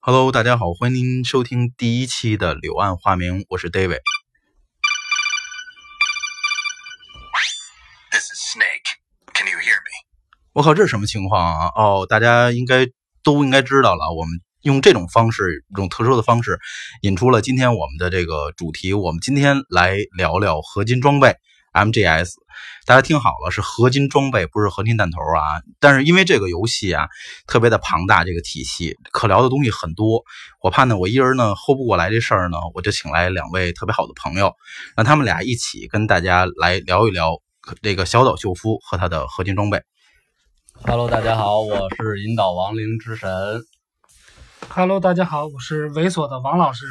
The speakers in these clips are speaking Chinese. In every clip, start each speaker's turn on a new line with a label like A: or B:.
A: Hello，大家好，欢迎收听第一期的柳暗花明，我是 David。
B: This is Snake. Can you hear me?
A: 我靠，这是什么情况啊？哦，大家应该都应该知道了。我们用这种方式，这种特殊的方式，引出了今天我们的这个主题。我们今天来聊聊合金装备 MGS。大家听好了，是合金装备，不是合金弹头啊。但是因为这个游戏啊，特别的庞大，这个体系可聊的东西很多。我怕呢，我一人呢 hold 不过来这事儿呢，我就请来两位特别好的朋友，让他们俩一起跟大家来聊一聊这个小岛秀夫和他的合金装备。
C: Hello，大家好，我是引导亡灵之神
D: Hello，大家好，我是猥琐的王老师。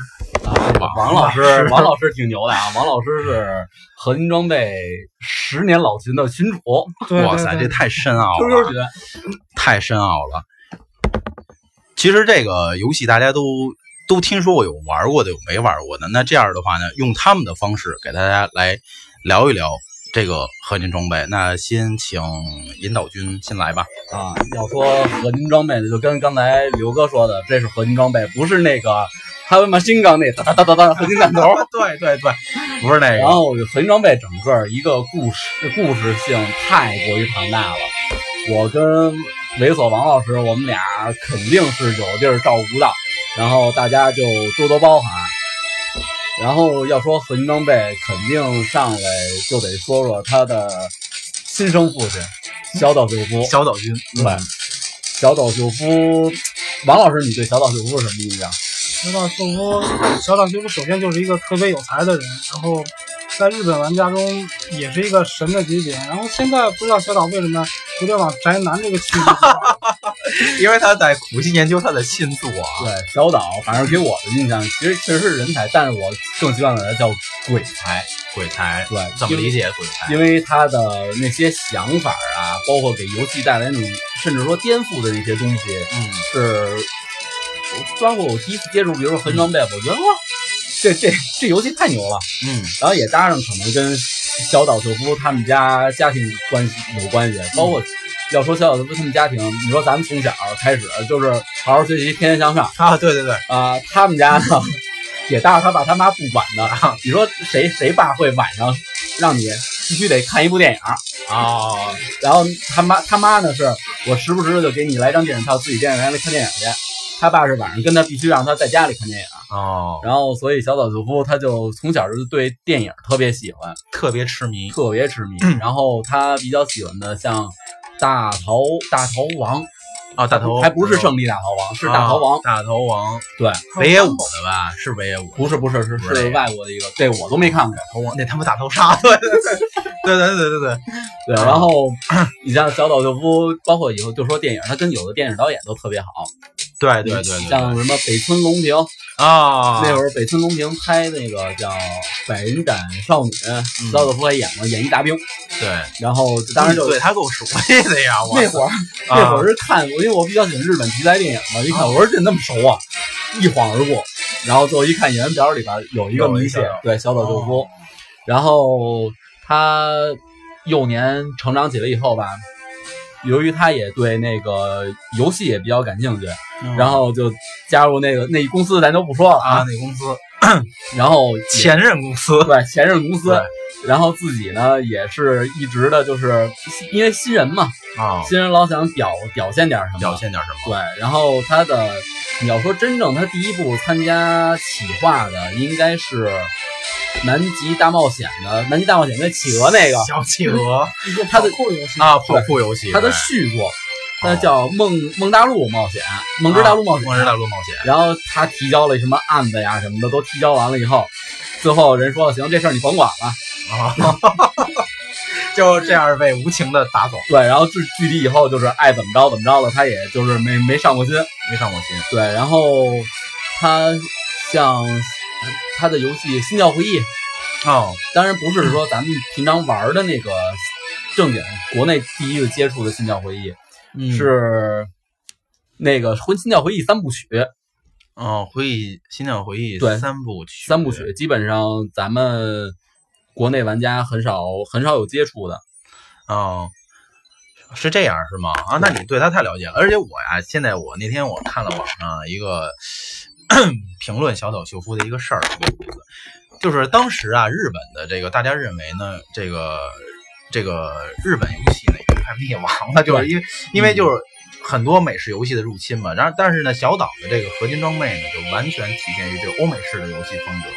C: 啊，王老师，王老师挺牛的啊，王 老师是合金装备十年老群的群主，
D: 对
A: 哇塞，
D: 对
A: 这
D: 对，
A: 太深奥
C: 啾啾
A: 了，
C: 姐，
A: 太深奥了。其实这个游戏大家都都听说过，有玩过的，有没玩过的。那这样的话呢，用他们的方式给大家来聊一聊这个合金装备。那先请引导君先来吧。
C: 啊，要说合金装备呢，就跟刚才刘哥说的，这是合金装备，不是那个还有 v 新钢那哒哒哒哒哒合金弹头。
A: 对对对，不是那
C: 然
A: 个，
C: 后合金装备整个一个故事故事性太过于庞大了，我跟猥琐王老师，我们俩肯定是有地儿照顾不到，然后大家就多多包涵。然后要说合金装备，肯定上来就得说说他的亲生父亲小岛秀夫。
A: 小岛君，
C: 对，小岛秀夫，王老师，你对小岛秀夫是什么印象？
D: 小岛秀夫，小岛秀夫首先就是一个特别有才的人，然后在日本玩家中也是一个神的级别。然后现在不知道小岛为什么有点往宅男这 个趋势走。
A: 因为他在苦心研究他的新作啊。
C: 对，小岛，反正给我的印象，其实确实是人才，但是我更希望管他叫鬼才。
A: 鬼才，
C: 对，
A: 怎么
C: 因为
A: 理？解鬼才？
C: 因为他的那些想法啊，包括给游戏带来那种甚至说颠覆的那些东西，
A: 嗯，
C: 是包括我第一次接触，比如说合金装备，我觉得哇，这这这游戏太牛了。
A: 嗯，
C: 然后也搭上可能跟小岛秀夫他们家家庭关系有关系，包
A: 嗯
C: 括要说小岛秀夫他们家庭，你说咱们从小开始就是好好学习，天天向上
A: 啊，对对对，
C: 啊、他们家呢也搭上他爸他妈不管的，啊你说谁谁爸会晚上让你必须得看一部电影儿？
A: 哦，
C: 然后他妈他妈呢是我时不时的就给你来张电影票，自己电影院里看电影去。他爸是晚上跟他必须让他在家里看电影，
A: 哦，
C: 然后所以小岛秀夫他就从小就对电影特别喜欢，
A: 特别痴迷，
C: 特别痴迷。
A: 嗯
C: 然后他比较喜欢的像大逃大逃亡，
A: 啊，大头
C: 还不是胜利大逃亡，是大逃亡。
A: 啊大头王，
C: 对，
A: 北野武的吧？是北野武，
C: 不是不是是
A: 不是
C: 是外国的一个，对我都没看过。
A: 头王，那他妈大头鲨，对对对对对对对
C: 对，
A: 嗯
C: 然后你像小岛秀夫，包括以后就说电影，他跟有的电影导演都特别好，
A: 对对对对
C: 像
A: 对
C: 什么北村龙平，
A: 啊，
C: 那会儿北村龙平拍那个叫《百人斩少女》，
A: 嗯
C: 小岛秀夫还演过演一大兵，
A: 对，
C: 然后当然就
A: 嗯对他够熟悉的呀，我
C: 那会儿那会儿是看，因为我比较喜欢日本题材电影嘛，一看我说这那么熟啊，一晃而过。然后最后一看演员表里边有一个啊哦明显
A: 有一个
C: 对小岛秀夫，然后他幼年成长起来以后吧，由于他也对那个游戏也比较感兴趣，
A: 嗯
C: 然后就加入那个那一公司，咱就不说了
A: 啊，
C: 啊。
A: 那公司
C: 然后也
A: 前任公司，
C: 对前任公司
A: 对，
C: 然后自己呢也是一直的，就是因为新人嘛，
A: 啊，
C: 新人老想表表现点什么，
A: 表现点什么？
C: 对，然后他的，你要说真正他第一部参加企划的，应该是《南极大冒险》的《南极大冒险》跟企鹅那个，
A: 小企鹅
D: 一个
C: 他的
D: 跑酷游戏，
A: 啊，跑酷游戏，
C: 他的
A: 对哦
C: 续作，他叫《梦梦大陆冒险》《梦之大陆冒险》
A: 啊梦之大陆冒险，
C: 然后他提交了什么案子呀什么的，都提交完了以后，最后人说行，这事儿你甭管了。
A: 啊， 就这样被无情的打走，
C: 对，然后具具体以后就是爱怎么着怎么着了，他也就是没没上过心。
A: 没上过心
C: 对，然后他像他的游戏《新教回忆》。
A: 哦，
C: 当然不是说咱们平常玩的那个正经国内第一个接触的新教回忆，
A: 嗯
C: 是那个《婚新教回忆》三部曲。
A: 哦，回忆新疆回忆
C: 对
A: 三部曲，
C: 三部曲基本上咱们国内玩家很少很少有接触的。
A: 哦，是这样是吗？啊，那你对他太了解了。而且我呀，现在我那天我看了网上一个 评论小岛秀夫的一个事儿，特别有意思就是当时啊，日本的这个大家认为呢，这个这个日本游戏呢已经快灭亡了，就是因为因为就是很多美式游戏的入侵嘛。然后但是呢，小岛的这个合金装备呢，就完全体现于这个欧美式的游戏风格，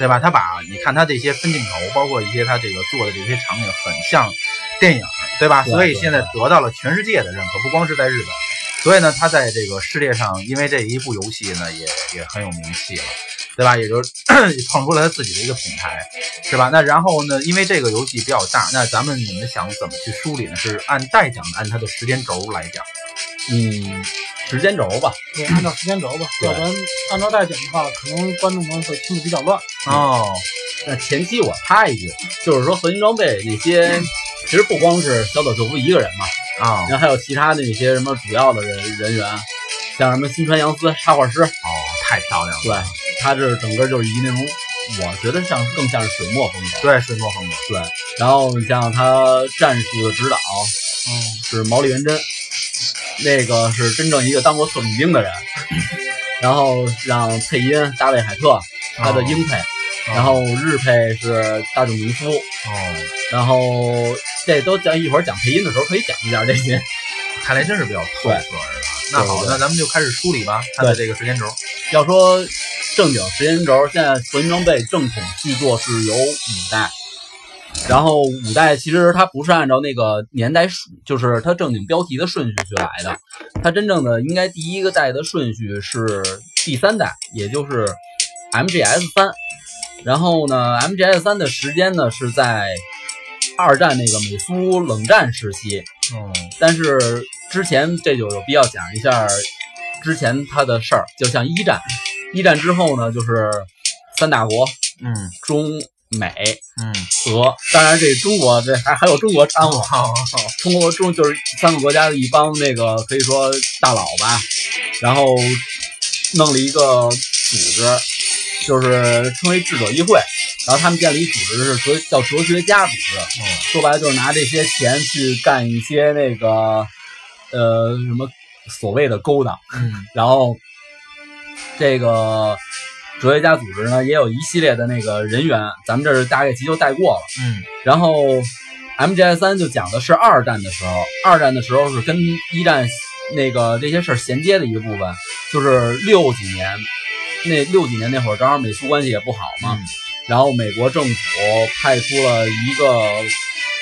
A: 对吧？他把你看他这些分镜头，包括一些他这个做的这些场景，很像电影，对吧？
C: 对
A: 所以
C: 对
A: 现在得到了全世界的认可，不光是在日本。所以呢，他在这个世界上，因为这一部游戏呢，也也很有名气了，对吧？也就是 创出了他自己的一个品牌，是吧？那然后呢，因为这个游戏比较大，那咱们你们想怎么去梳理呢？是按代讲的，按它的时间轴来讲，
C: 嗯，时间轴吧，
D: 对，按照时间轴吧，
C: 对
D: 要不然按照代讲的话，可能观众们会听得比较乱。
A: 哦，
C: 那前期我插一句，就是说核心装备那些，其实不光是小岛秀夫一个人嘛，
A: 啊、
C: 然后还有其他的那些什么主要的人人员，像什么新川洋司插画师，
A: 哦，太漂亮了，
C: 对，他是整个就是以那种，我觉得像更像是水墨风格。
A: 对，水墨风格，
C: 然后你像他战术的指导
D: 嗯，
C: 是毛利元贞，那个是真正一个当过特种 兵的人。然后让配音大卫海
A: 哦
C: 特，他的英配，然后日配是大冢明夫，
A: 哦，
C: 然后这都讲一会儿讲配音的时候可以讲一下这些。
A: 看来真是比较透彻，是吧？那好，
C: 对对
A: 那咱们就开始梳理吧，它的这个时间轴。
C: 要说正经时间轴，现在核心装备正统续作是有五代，然后五代其实它不是按照那个年代顺，就是它正经标题的顺序去来的，它真正的应该第一个代的顺序是第三代，也就是 MGS 三。然后呢，MGS 三的时间呢是在二战那个美苏冷战时期，
A: 嗯，
C: 但是之前这就有必要讲一下之前他的事儿，就像一战，一战之后呢，就是三大国
A: 嗯
C: 中美
A: 嗯，
C: 俄，当然这中国这还还有中国掺和，
A: 好，
C: 中国中就是三个国家的一帮那个可以说大佬吧，然后弄了一个组织，就是称为智者议会，然后他们建立一组织是哲叫哲学家组织，
A: 嗯
C: 说白了就是拿这些钱去干一些那个呃什么所谓的勾当，
A: 嗯
C: 然后这个哲学家组织呢也有一系列的那个人员，咱们这儿大概其就带过了。
A: 嗯
C: 然后 MGS 三就讲的是二战的时候，二战的时候是跟一战那个这些事儿衔接的一个部分，就是六几年，那六几年那会儿正好美苏关系也不好嘛，
A: 嗯
C: 然后美国政府派出了一个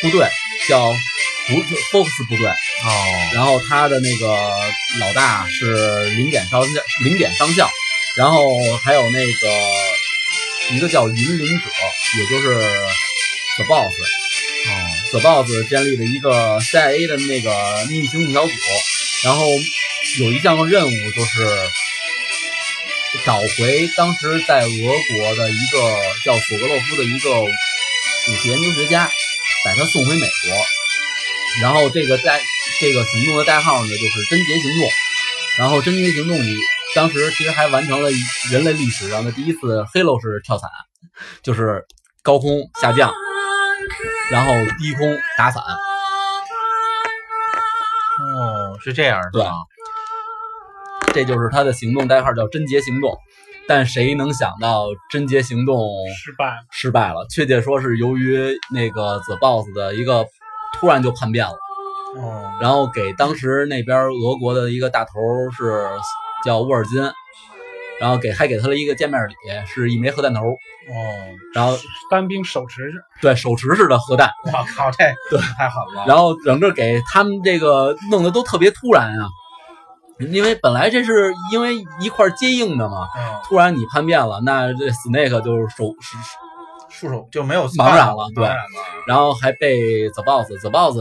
C: 部队叫福福克斯部队，
A: 哦
C: 然后他的那个老大是零点上校，零点上校，然后还有那个一个叫引领者，也就是 The Boss。
A: 哦，
C: The Boss 建立了一个 CIA 的那个秘密行动小组，然后有一项任务就是找回当时在俄国的一个叫索格洛夫的一个武器研究学家，把他送回美国。然后这个代这个行动的代号呢，就是“贞洁行动”。然后“贞洁行动”里，当时其实还完成了人类历史上的第一次黑楼式跳伞，就是高空下降，然后低空打伞。
A: 哦，是这样是吧？
C: 啊这就是他的行动代号叫“贞洁行动”，但谁能想到“贞洁行动
D: 失败了”。
C: 失败了？确切说是由于那个 The Boss 的一个突然就叛变了，
A: 哦，
C: 然后给当时那边俄国的一个大头是叫沃尔金，然后给还给他了一个见面礼，是一枚核弹头，
A: 哦，
C: 然后
D: 单兵手持着，
C: 对手持式的核弹，
A: 我靠，这对太狠了。
C: 然后整个给他们这个弄得都特别突然啊，因为本来这是因为一块儿接应的嘛。
A: 嗯，
C: 突然你叛变了，那这 Snake 就是手，是是
A: 束手就没有
C: 茫然了对
A: 茫然了。
C: 然后还被 The Boss，The Boss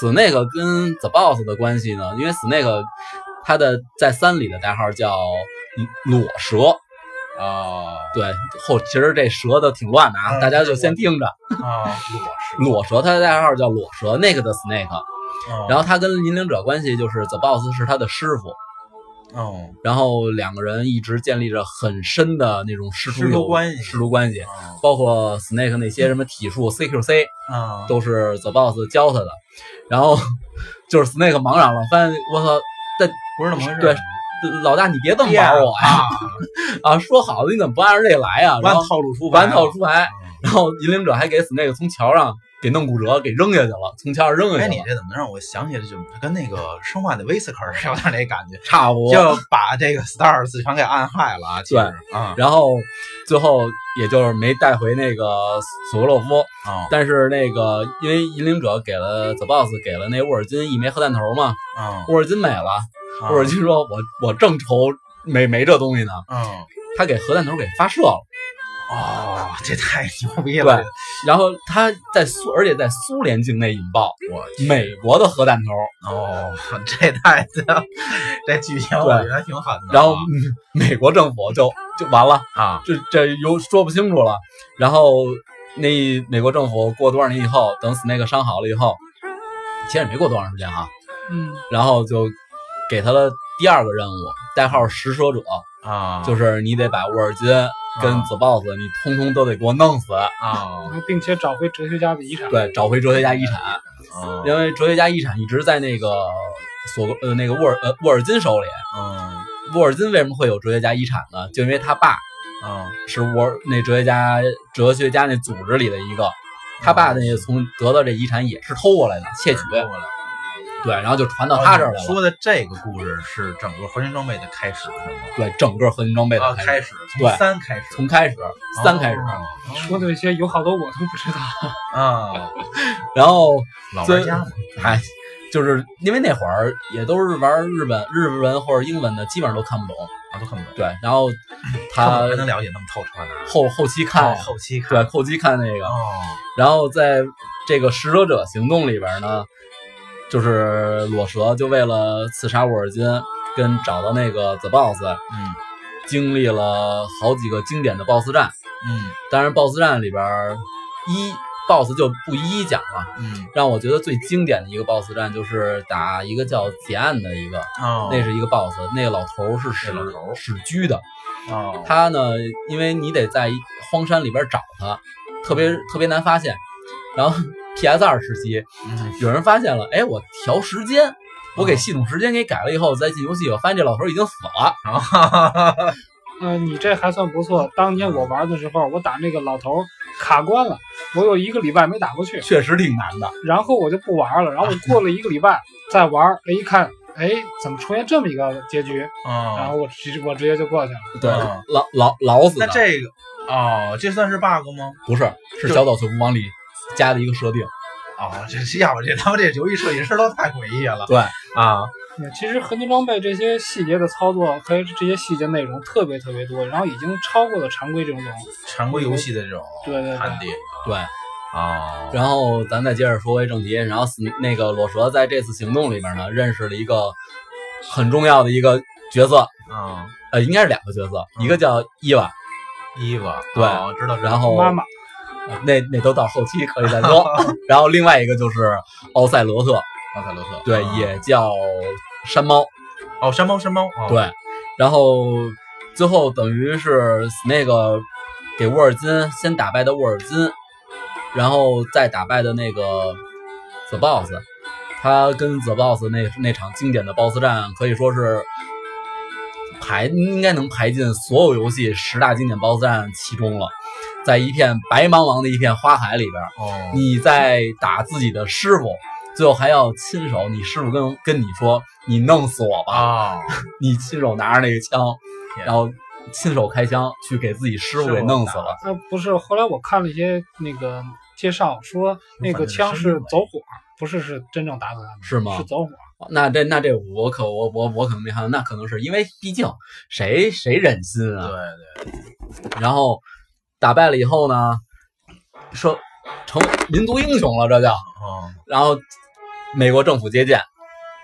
C: Snake 跟 The Boss 的关系呢，因为 Snake 他的在三里的代号叫裸蛇，
E: 啊
C: 啊
A: 哦
C: 对后其实这蛇都挺乱的啊，
A: 嗯
C: 大家就先听着。
A: 啊，裸
C: 裸蛇他的代号叫裸蛇，那个的 Snake，
E: 嗯
A: 是，
C: 然后他跟引领者关系就是 The Boss 是他的师傅，
E: 哦，
C: 然后两个人一直建立着很深的那种师徒
E: 师徒
C: 友
E: 关系
C: 师徒关系，包括 Snake 那些什么体术 CQC
E: 啊，
C: 都是 The Boss 教他的，然后 就是 Snake 茫然了，发现我操，
E: 不是那么回事儿。
C: 对老大你别这么玩我呀！啊，说好的你怎么不按照这来呀？
E: 不
C: 然
E: 按
C: 后
E: 哎套路出牌啊，
C: 完套出牌，然后引领者还给 Snake 从桥上给弄骨折，给扔下去了，从桥上扔下
E: 哎，
C: 去
E: 你
C: 了，
E: 这怎么让我想起来，就跟那个生化的威斯克尔有点那感 觉，
C: 差不多。
E: 就把这个 Stars 全给暗害了啊！其实啊，
C: 然后最后也就是没带回那个索格洛夫，
E: 啊
C: 但是那个因为引领者给了 The Boss 给了那沃尔金一枚核弹头嘛，
E: 啊，
C: 沃尔金没了，
E: 啊
C: 沃尔金说我我正愁没没这东西呢，
E: 嗯，
C: 他给核弹头给发射了。
E: 哦，这太牛逼了！
C: 然后他在苏，而且在苏联境内引爆
E: 我
C: 美国的核弹头，
E: 哦，这太 这剧情我觉得挺狠的啊。
C: 然后、嗯 美国政府就就完了，
E: 啊，
C: 这这有说不清楚了。然后那美国政府过多少年以后，等 Snake 伤好了以后，其实也没过多长时间哈，
D: 嗯，
C: 然后就给他了第二个任务，代号食蛇者，
E: 啊，
C: 就是是你得把沃尔金跟
E: 啊
C: The Boss 你通通都得给我弄死，
E: 啊，
D: 然后并且找回哲学家的遗产。
C: 对，找回哲学家遗产。
E: 啊
C: 因为哲学家遗产一直在那个索格呃那个沃尔呃沃尔金手里。
E: 嗯
C: 沃尔金为什么会有哲学家遗产呢？就因为他爸
E: 嗯
C: 是沃尔那哲学家哲学家那组织里的一个，他爸那从得到这遗产也是偷过来的窃取，对，然后就传到他这儿来了。
E: 嗯哦说的这个故事是整个核心装备的开始，是吗？
C: 对，整个核心装备
E: 啊，
C: 的
E: 开
C: 始，
E: 始哦
C: 对
E: 从三开始，
C: 从开始三开始，
D: 说的一些有好多我都不知道。
E: 啊，
C: 然后
E: 老
C: 最
E: 玩家嘛，
C: 哎，就是因为那会儿也都是玩日本日文或者英文的，基本上都看不懂。
E: 啊，都看不懂，
C: 对，然后
E: 看
C: 他
E: 不懂还能了解那么透彻呢？
C: 后后期看
E: 哦，后期看
C: 对，后期看那个，
E: 哦，
C: 然后在这个拾掇者行动里边呢，就是裸蛇就为了刺杀沃尔金跟找到那个 The Boss，
E: 嗯
C: 经历了好几个经典的 BOSS 战。
E: 嗯
C: 当然，BOSS 战里边一 BOSS 就不一一讲了。
E: 嗯，
C: 让我觉得最经典的一个 BOSS 战就是打一个叫结案的一个，
E: 哦，
C: 那是一个 BOSS，那个老头儿是史
E: 那老头儿
C: 史居的。
E: 哦，
C: 他呢，因为你得在荒山里边找他，特别特别难发现。然后 PS 二时期，
E: 嗯
C: 有人发现了，哎，我调时间，我给系统时间给改了以后，再进游戏，我发现这老头已经死了。
D: 嗯、你这还算不错。当年我玩的时候，我打那个老头儿卡关了，我有一个礼拜没打过去，
C: 确实挺难的，
D: 然后我就不玩了。然后我过了一个礼拜再玩儿，哎，一看，哎，怎么出现这么一个结局？然
E: 哦，
D: 后我直我直接就过去了。
C: 对，
E: 嗯
C: 老老老死
E: 那
C: 的，
E: 这个哦，这算是 bug 吗？
C: 不是是小岛秀夫往里加的一个设定。
E: 哦，这这要不这他们这游戏设计师都太诡异了
C: 对，
E: 啊！
D: 对，其实合金装备这些细节的操作和这些细节内容特别特别多，然后已经超过了常规这种东西。
E: 常规游戏的这种
D: 对对对
E: 判定
C: 对，
E: 啊，
C: 然后咱再接着说回正题，然后死那个裸蛇在这次行动里边呢，认识了一个很重要的一个角色，
E: 嗯，
C: 呃，应该是两个角色，
E: 嗯
C: 一个叫伊娃，
E: 衣服
A: 啊
C: 对
E: 哦知道，知道
C: 然后
D: 妈妈，
C: 呃那那都到后期可以再说。 然后另外一个就是奥赛罗特，
E: 奥赛罗特
C: 对，
D: 啊
A: 哦
E: 嗯
C: 也叫山猫，
E: 哦，山猫山猫哦
C: 对。然后最后等于是那个给沃尔金先打败的沃尔金，然后再打败的那个 The Boss，他跟 The Boss 那那场经典的 BOSS 战可以说是。排应该能排进所有游戏十大经典 BOSS 战其中了，在一片白茫茫的一片花海里边，
E: 哦
C: 你在打自己的师傅，最后还要亲手，你师傅跟跟你说，你弄死我吧，
E: 啊，
C: 你亲手拿着那个枪，
E: 天
C: 然后亲手开枪去给自己师傅给弄死了。
D: 呃，不是，后来我看了一些那个介绍，说那个枪是走火，不是是真正打死他们，
C: 是吗啊
D: 是走火。
C: 那这那这我可我我我可能没看到，那可能是因为毕竟谁谁忍心
E: 对
C: 啊？
E: 对，
C: 然后打败了以后呢，说成民族英雄了，这叫。
E: 哦
C: 然后美国政府接见，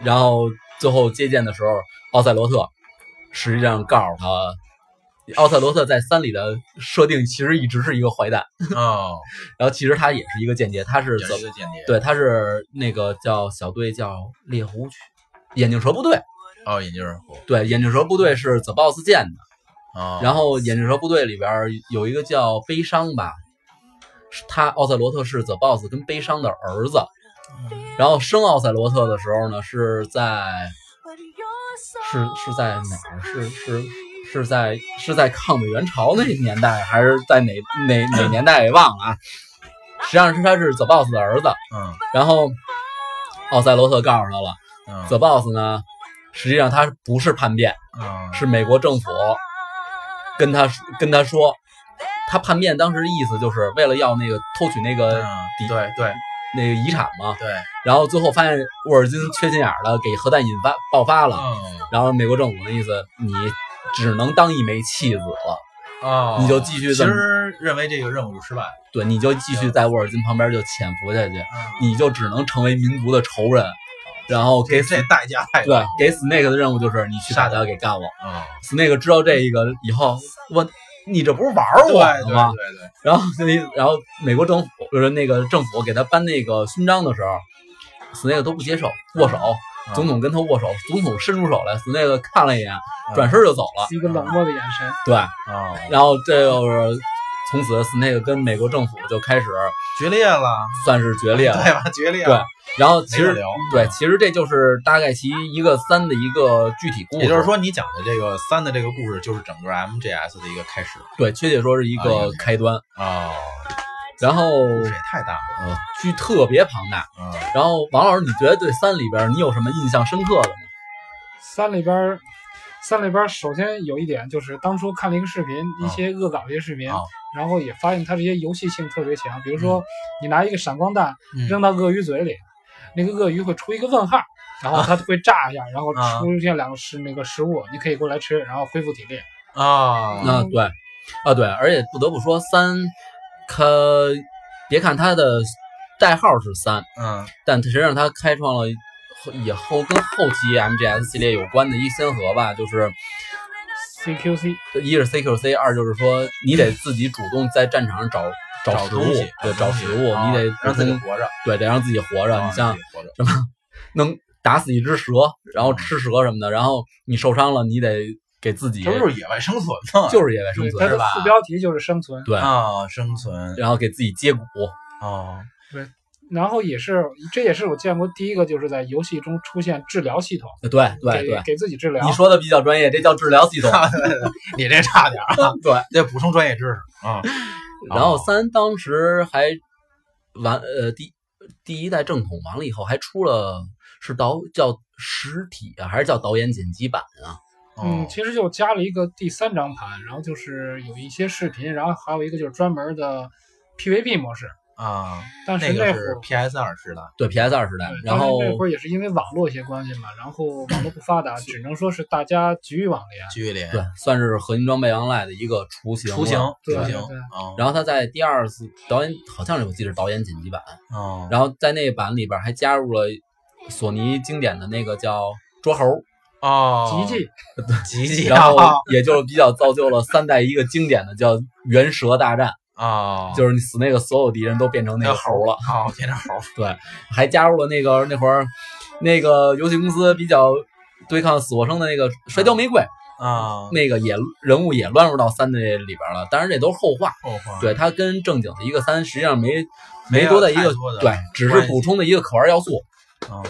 C: 然后最后接见的时候，奥赛罗特实际上告诉他，奥赛罗特在三里的设定其实一直是一个坏蛋，
E: 哦，
C: 然后其实他也是一个间谍，他是
E: 也
C: 怎
E: 是一个间谍，
C: 对，他是那个叫小队叫猎狐眼镜蛇部队，
A: 哦，眼镜人虎
C: 对，眼镜蛇部队是 The Boss 建的，
A: 啊，
C: 然后眼镜蛇部队里边儿有一个叫悲伤吧，是他奥赛罗特是 The Boss 跟悲伤的儿子，然后生奥赛罗特的时候呢是在
F: 是是在哪儿？是是
C: 是在是在抗美援朝那年代，还是在哪哪哪年代也忘了啊？实际上是他是 The Boss 的儿子，
A: 嗯
C: 然后奥赛罗特告诉他了
A: 嗯
C: ，The Boss 呢，实际上他不是叛变，
A: 嗯
C: 是美国政府跟他说跟他说，他叛变当时的意思就是为了要那个偷取那个、
A: 嗯
C: 呃底
A: 对对
C: 那个遗产嘛，
A: 对，
C: 然后最后发现沃尔金缺心眼儿了，给核弹引发爆发了，
A: 嗯
C: 然后美国政府的意思，你只能当一枚弃子了，
A: 哦
C: 你就继续
A: 其
C: 这么
A: 实认为这个任务失败了，
C: 对，你就继续在沃尔金旁边就潜伏下去，
A: 嗯
C: 你就只能成为民族的仇人，然后给
A: 这代价太大
C: 对给 Snake 的任务就是你去把他给干了。
A: 嗯
C: Snake 知道这一个以后，问你这不是玩
A: 对
C: 我呢
A: 对
C: 吗？
A: 对对，
C: 然后那然后美国政府就是那个政府给他颁那个勋章的时候，Snake 都不接受，握手，
A: 嗯
C: 总统跟他握手，总统伸出手来，Snake 看了一眼，
A: 啊
C: 转身就走了。
D: 是一个冷漠的眼神。
C: 对，
A: 哦，
C: 然后这就是从此 Snake 跟美国政府就开始
A: 决裂了，
C: 算是决裂了。
A: 对吧？决裂了，
C: 然后其
A: 没得
C: 实
A: 聊
C: 对，其实这就是大概其一个三的一个具体故事，
A: 也就是，说，你讲的这个三的这个故事，就是整个 MGS 的一个开始
C: 对，确切说是一
A: 啊了
C: 个
A: 解
C: 开端。
A: 哦，
C: 然后
A: 故事也太大了，
C: 呃，剧特别庞大。
A: 嗯，
C: 然后王老师，你觉得对三里边你有什么印象深刻的吗？
D: 三里边儿，三里边儿首先有一点就是当初看了一个视频，一些恶搞的一些视频，
A: 啊
D: 然后也发现它这些游戏性特别强。比如说，你拿一个闪光弹
A: 嗯
D: 扔到鳄鱼嘴里，那个鳄鱼会出一个问号，然后它会炸一下，然后
A: 啊
D: 出现两个食那个食物，你可以过来吃，然后恢复体力。
A: 啊
C: 啊，对，啊对，而且不得不说，三，它别看它的代号是三，
A: 嗯
C: 但实际上它开创了以后跟后期 MGS 系列有关的一先河吧，就是。
D: CQC
C: 一是 CQC，二就是说你得自己主动在战场上找
A: 找
C: 食物
A: 东西，，
C: 对，找食物，
A: 啊
C: 你得
A: 让自己
C: 从
A: 活着，
C: 对，得让自己活着。
A: 啊
C: 你像
A: 自己活着
C: 能打死一只蛇，然
A: 啊
C: 后吃蛇什么的，然后你受伤了，你得给自己
A: 这不就是野外生存吗？
C: 就是野外生
D: 对它
C: 存是
D: 的
C: 吧？
D: 副标题就是生存，
C: 对，
A: 啊，生存
C: 然后给自己接骨，
A: 哦，
D: 然后也是这也是我见过第一个就是在游戏中出现治疗系统，
C: 对对
D: 给
C: 对。
D: 给自己治疗。
C: 你说的比较专业，这叫治疗系统。
A: 你这差点儿，
C: 对，
A: 得补充专业知识啊。
C: 然后三当时还完呃第第一代正统完了以后，还出了是导叫实体啊，还是叫导演剪辑版啊？
D: 嗯，
A: 哦
D: 其实就加了一个第三张盘，然后就是有一些视频，然后还有一个就是专门的 PVP 模式。
A: 啊，
D: 但
A: 那
D: 是
A: 个
D: 会
A: 是
D: 儿，
A: PS 二时代，
C: 对 PS 二时代
D: 对，
C: 然后
D: 但是那会儿也是因为网络一些关系嘛，然后网络不发
C: 嗯
D: 达，只能说是大家局域网联。
A: 剧里
C: 对，算是合金装备 online 的一个雏形。
A: 雏形。
D: 对
A: 雏形
D: 对
A: 啊，
C: 然后他在第二次导演好像是我记得是导演剪辑版，
A: 哦
C: 然后在那版里边还加入了索尼经典的那个叫捉猴，
A: 哦，
D: 集记，
A: 吉吉
C: 然
A: 啊
C: 后也就比较造就了三代一个经典的叫猿蛇大战，
A: 哦，
C: 就是你死那个所有敌人都变成那个猴了，
A: 啊，变成猴儿
C: 还加入了那个那会儿那个游戏公司比较对抗死或生的那个摔跤玫瑰，
A: 啊，
C: 那个也人物也乱入到三的里边了，当然这都是后话。
A: 后话
C: 对，它跟正经的一个三实际上没
A: 没
C: 没
A: 有
C: 多大一
A: 太
C: 个
A: 多的
C: 对，只是
A: 关
C: 补
A: 系
C: 充的一个可玩要素。
A: 啊，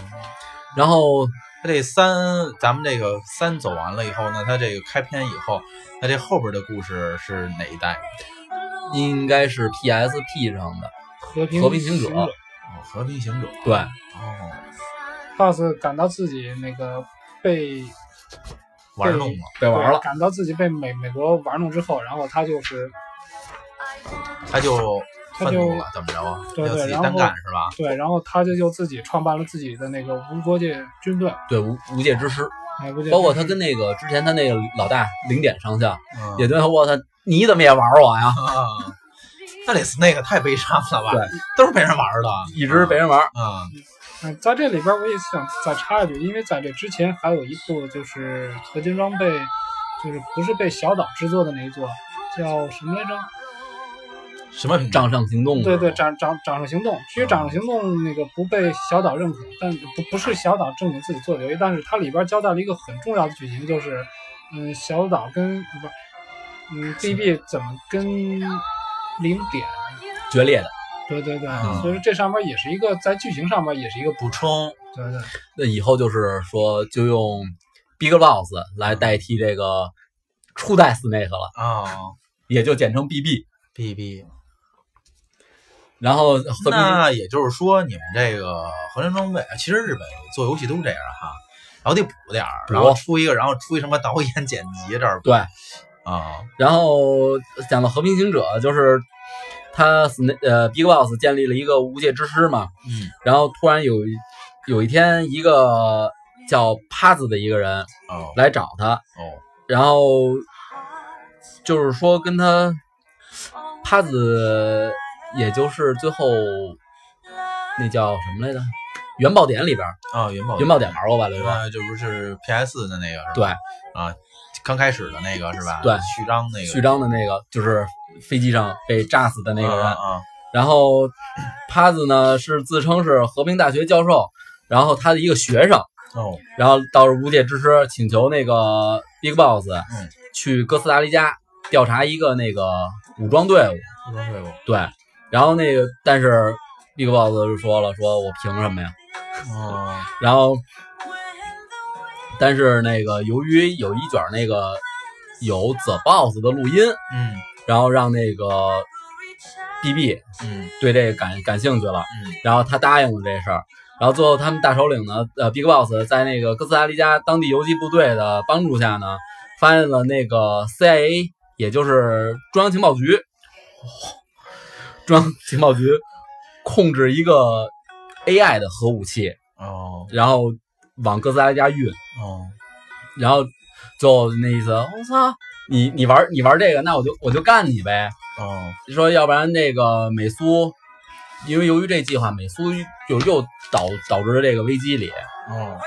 C: 然后
A: 他这三，咱们这个三走完了以后呢，他这个开篇以后，那这后边的故事是哪一代？
C: 应该是 PSP 上的，
D: 和平
C: 和平行者
D: 行者。
A: 哦，和平行者。
C: 对，
A: 哦，
D: boss 感到自己那个被
A: 玩弄了。
C: 被玩
D: 对
C: 了。
D: 感到自己被美美国玩弄之后，然后他就是
A: 他就愤
D: 他就
A: 怒了，怎么着啊？
D: 对对
A: 要自己
D: 然后
A: 单干是吧？
D: 对，然后他就就自己创办了自己的那个无国界军队，
C: 对，无无界之师，
D: 美国界
C: 包括他跟那个之前他那个老大零点上校，
A: 嗯
C: 也对他我操，你怎么也玩我呀？
A: 啊，那得 Snake 太悲伤了吧？
C: 对，
A: 都是被人玩的
C: 一直被人玩。
A: 啊。
D: 嗯，在这里边我也想再插一句，因为在这之前还有一部就是合金装备，就是不是被小岛制作的那一座，叫什么来着？
A: 什么品种？
C: 掌上行动，
D: 对对，掌掌掌上行动。至于掌上行动那个不被小岛认可，但不不是小岛正经自己做的游戏，但是它里边交代了一个很重要的剧情，就是嗯，小岛跟不是嗯 BB 怎么跟零点，
C: 决裂的。
D: 对对对，
C: 嗯
D: 所以说这上面也是一个在剧情上面也是一个补嗯
A: 补，充
D: 对对
C: 那以后就是说，就用 Big Boss 来代替这个初代 Snake 了，
A: 啊
C: 也就简称 BB。
A: ，B B。
C: 然后和 BB
A: 那也就是说，你们这个合成装备，其实日本做游戏都这样哈，老得补点儿，
C: 补啊
A: 然后出一个，然后出一什么导演剪辑这儿
C: 对，
A: 啊，
C: 然后讲到和平行者，就是他 Snake 呃 Big Boss 建立了一个无界之师嘛，
A: 嗯
C: 然后突然有有一天，一个叫帕子的一个人
A: 哦
C: 来找他，
A: 哦，
C: 然后就是说跟他帕子，也就是最后那叫什么来着，《元宝典》里边，
A: 啊，元宝
C: 元宝典玩过吧，对吧？
A: 啊，这不是 P S 的那个是吧？
C: 对，
A: 啊，刚开始的那个是吧？
C: 对
A: 序章那个
C: 序章的那个就是飞机上被炸死的那个人。
A: 啊
C: 然后帕子呢是自称是和平大学教授，然后他的一个学生，
A: 啊哦
C: 然后到无界之师请求那个 Big Boss，
A: 嗯
C: 去哥斯达黎加调查一个那个武装队伍，
A: 武装队伍，
C: 对，然后那个但是 Big Boss 就说了，说我凭什么呀？
A: 哦
C: 然后但是那个由于有一卷那个有 The Boss 的录音，
A: 嗯
C: 然后让那个 BB
A: 嗯
C: 对这个感感兴趣了，
A: 嗯
C: 然后他答应了这事儿。然后最后，他们大首领呢，呃，Big Boss 在那个哥斯达黎加当地游击部队的帮助下呢，发现了那个 CIA，也就是中央情报局，中央情报局控制一个 AI 的核武器，
A: 哦
C: 然后往哥斯达黎加运，
A: 哦
C: 然后最后那意思，我、操，你你玩你玩这个，那我就我就干你呗。
A: 哦
C: 说要不然那个美苏，因为由于这计划，美苏就又导导致这个危机里，
A: 哦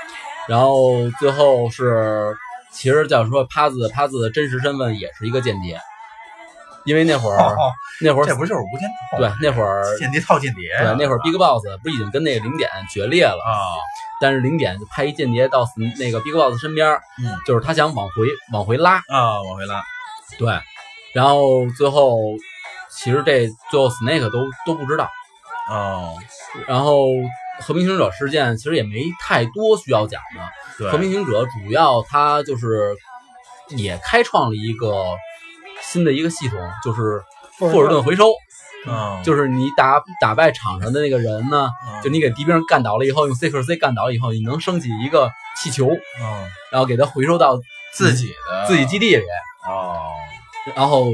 C: 然后最后是其实叫说帕子帕子的真实身份也是一个间谍，因为那会儿、
A: 哦，
C: 那会儿
A: 这不就是无间道
C: 对
A: 吗？
C: 那会儿
A: 间谍套间谍
C: 对
A: 啊，
C: 那会儿 Big Boss 不已经跟那个零点决裂了，
A: 啊，
C: 但是零点就派一间谍到死那个 Big Boss 身边，
A: 嗯
C: 就是他想往回往回拉，
A: 啊，往回拉，
C: 对，然后最后其实这最后 Snake 都都不知道。
A: 哦，
C: 然后和平行者事件其实也没太多需要讲的。
A: 对，
C: 和平行者主要它就是也开创了一个新的一个系统，就是
D: 霍
C: 霍
D: 尔
C: 尔
D: 顿
C: 顿回收，
A: 嗯，
C: 就是你打打败场上的那个人呢，
A: 嗯
C: 就你给敌兵干倒了以后，用 C 克 C 干倒了以后，你能升起一个气球，
A: 嗯
C: 然后给它回收到
A: 自己的
C: 自己基地里，
A: 嗯哦，
C: 然后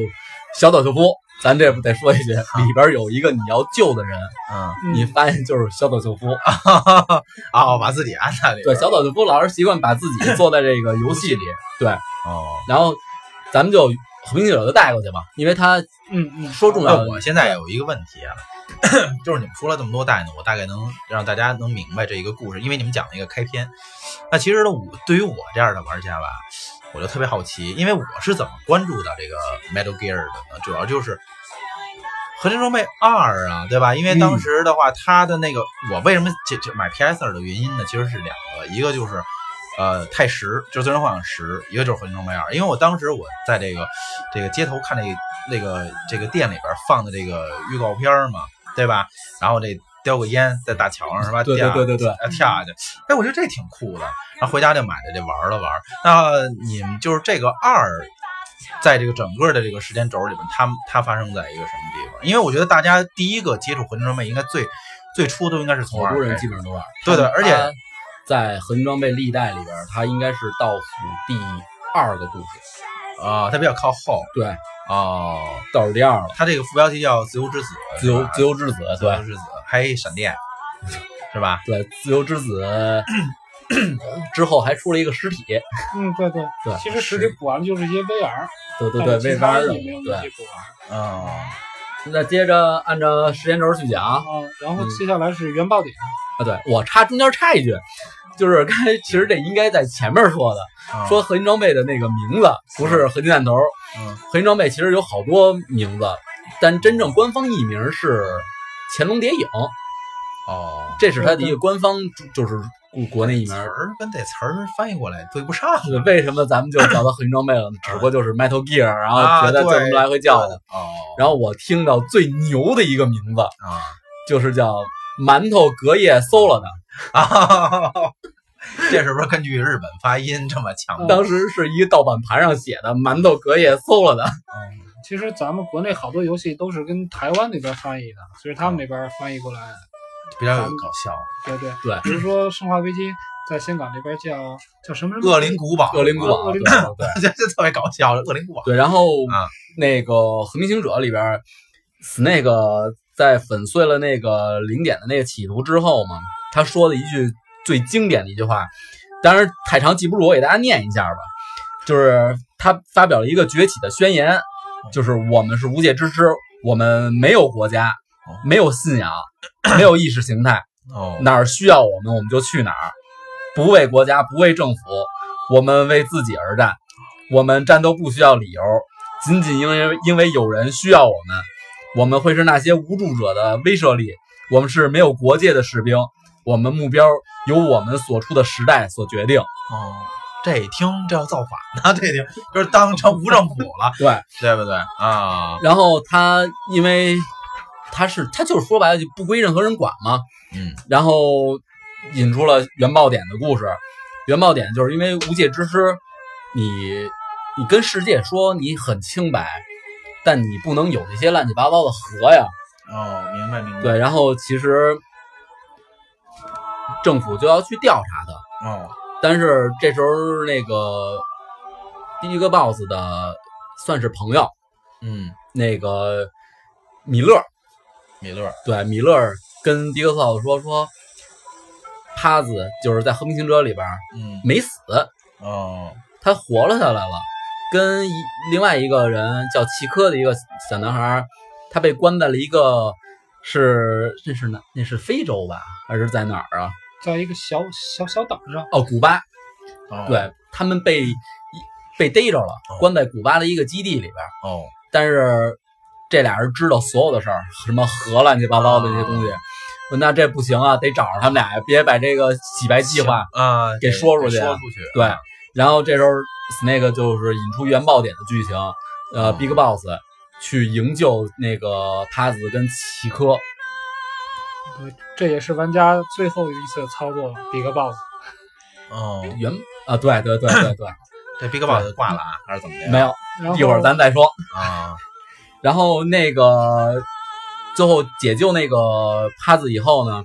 C: 小岛秀夫。咱这不得说一句，里边有一个你要救的人，
A: 嗯，
D: 嗯
C: 你发现就是小岛秀夫。啊
A: 哦，把自己安在里边
C: 对，小岛秀夫老是习惯把自己坐在这个 游戏里，对，
A: 哦。
C: 然后咱们就和平记者就带过去吧，因为他
D: 嗯嗯，
C: 说重
A: 那
C: 要的
A: 我现在有一个问题啊，就是你们说了这么多代呢，我大概能让大家能明白这一个故事，因为你们讲了一个开篇。那其实呢，我对于我这样的玩家吧，我就特别好奇，因为我是怎么关注到这个 Metal Gear 的呢？主要就是《合金装备二》啊，对吧？因为当时的话，它的那个我为什么这这买 PS 二的原因呢，其实是两个，一个就是。呃，太十就是《最终幻想十》，一个就是《合金装备二》，因为我当时我在这个这个街头看这个那个这个店里边放的这个预告片儿嘛，对吧？然后这叼个烟在大桥上是吧？
C: 对对
A: 掉
C: 对对对，
A: 啊跳下去。哎，我觉得这挺酷的。然后回家就买了这玩了玩。那你们就是这个二，在这个整个的这个时间轴里面，它它发生在一个什么地方？因为我觉得大家第一个接触魂装备应该最最初都应该是从
C: 好
A: 二
C: 多人
A: 开
C: 基
A: 始
C: 本上都玩。
A: 对的
C: 他
A: 而且
C: 他在合金装备历代里边，他应该是倒数第二个故事，
A: 啊、它比较靠后
C: 对，
A: 哦。
C: 倒数第二了，
A: 它这个副标题叫“自由之子”，
C: 自由
E: 啊
A: 是吧
C: 自由之子，
A: 自由
C: 对
A: 之子，还有一闪电，是吧？
C: 对，自由之子 之后还出了一个实体，
D: 嗯对对
C: 对
D: 其实实体补完了就是一些 VR，
C: 对对对，
D: 但是
C: 未
D: 其他
C: 发
D: 也
C: 的，
D: 没有那
C: 对
D: 些。补完。
C: 哦
A: 嗯，
C: 那接着按照时间轴去讲，
D: 啊，然后
C: 嗯
D: 接下来是原爆点，
C: 啊，对我插中间插一句，就是刚才其实这应该在前面说的，
A: 嗯
C: 说合金装备的那个名字不是合金弹头，
A: 嗯
C: 合金装备其实有好多名字，但真正官方译名是《潜龙谍影》，
E: 哦，
C: 这是它的一个官方，就是国国内译
E: 词
C: 名。
E: 儿跟这词儿翻译过来对不上
C: 是为什么咱们就叫它合金装备了呢？只不过就是 Metal Gear，然后觉得就这么来回叫的。
E: 哦，
C: 然后我听到最牛的一个名字
E: 啊
C: 就是叫馒头隔夜馊了的。
E: 啊， 这是不是根据日本发音这么强
D: 嗯
E: 的？
C: 当时是一个盗版盘上写的“馒头隔夜馊了的
D: 其实咱们国内好多游戏都是跟台湾那边翻译的，所以他们那边翻译过来。
E: 比较有
C: 嗯
E: 搞笑，
D: 对对
C: 对
D: 比如说《生化危机》在香港那边叫叫什么什么
E: 恶灵古堡，
C: 恶灵古堡”。
D: 恶
C: 对
D: 灵
C: 对对
E: 这这特别搞笑，恶灵古堡。
C: 对，然后
E: 啊
C: 那个《和平行者》里边，Snake 在粉碎了那个零点的那个企图之后嘛，他说的一句最经典的一句话，当然太长记不住，我给大家念一下吧，就是他发表了一个崛起的宣言，就是我们是无界之师，我们没有国家，没有信仰，没有意识形态，
E: 哦，
C: 哪儿需要我们我们就去哪儿，不为国家，不为政府，我们为自己而战。我们战斗不需要理由，仅仅因为因为有人需要我们，我们会是那些无助者的威慑力。我们是没有国界的士兵，我们目标由我们所处的时代所决定。
E: 哦，这一听这要造反呢，这一听就是当成无政府了，
C: 对，
E: 对不对啊？
C: 然后他因为他是他就是说白了就不归任何人管嘛，
E: 嗯，
C: 然后引出了原爆点的故事。原爆点就是因为无界之师，你你跟世界说你很清白，但你不能有那些乱七八糟的和呀。
E: 哦，明白明白。
C: 对，然后其实政府就要去调查他，
E: 哦，
C: 但是这时候那个第一个 boss 的算是朋友，
E: 嗯，
C: 那个米勒，
E: 米勒，
C: 对，米勒儿跟迪克萨斯说说，帕子就是在《和平行者》里边儿
E: 嗯，
C: 没死，
E: 哦，
C: 他活了下来了，跟一另外一个人叫奇科的一个小男孩儿，他被关在了一个是那是哪那是非洲吧，还是在哪儿啊？
D: 在一个小小小岛上，
C: 哦，古巴，
E: 哦，
C: 对他们被被逮着了，关在古巴的一个基地里边儿，
E: 哦，
C: 但是这俩人知道所有的事儿，什么荷乱七八糟的这些东西。说那这不行啊，得找着他们俩，别把这个洗白计划。
E: 啊，
C: 给说出去
E: 说出去，
C: 对，
D: 啊
C: 然后这时候 Snake 就是引出原爆点的剧情，呃、
D: 哦
E: 嗯
C: b i g Boss 去营救那个帕子跟奇科。
D: 这也是玩家最后一次操作比个 boss。
E: 哦，
C: 原啊，对对对对 对，
E: 这 Big Boss 挂了啊，还是怎么的？
C: 没有，
D: 然后
C: 一会儿咱再说。
E: 啊，
C: 然后那个最后解救那个帕子以后呢，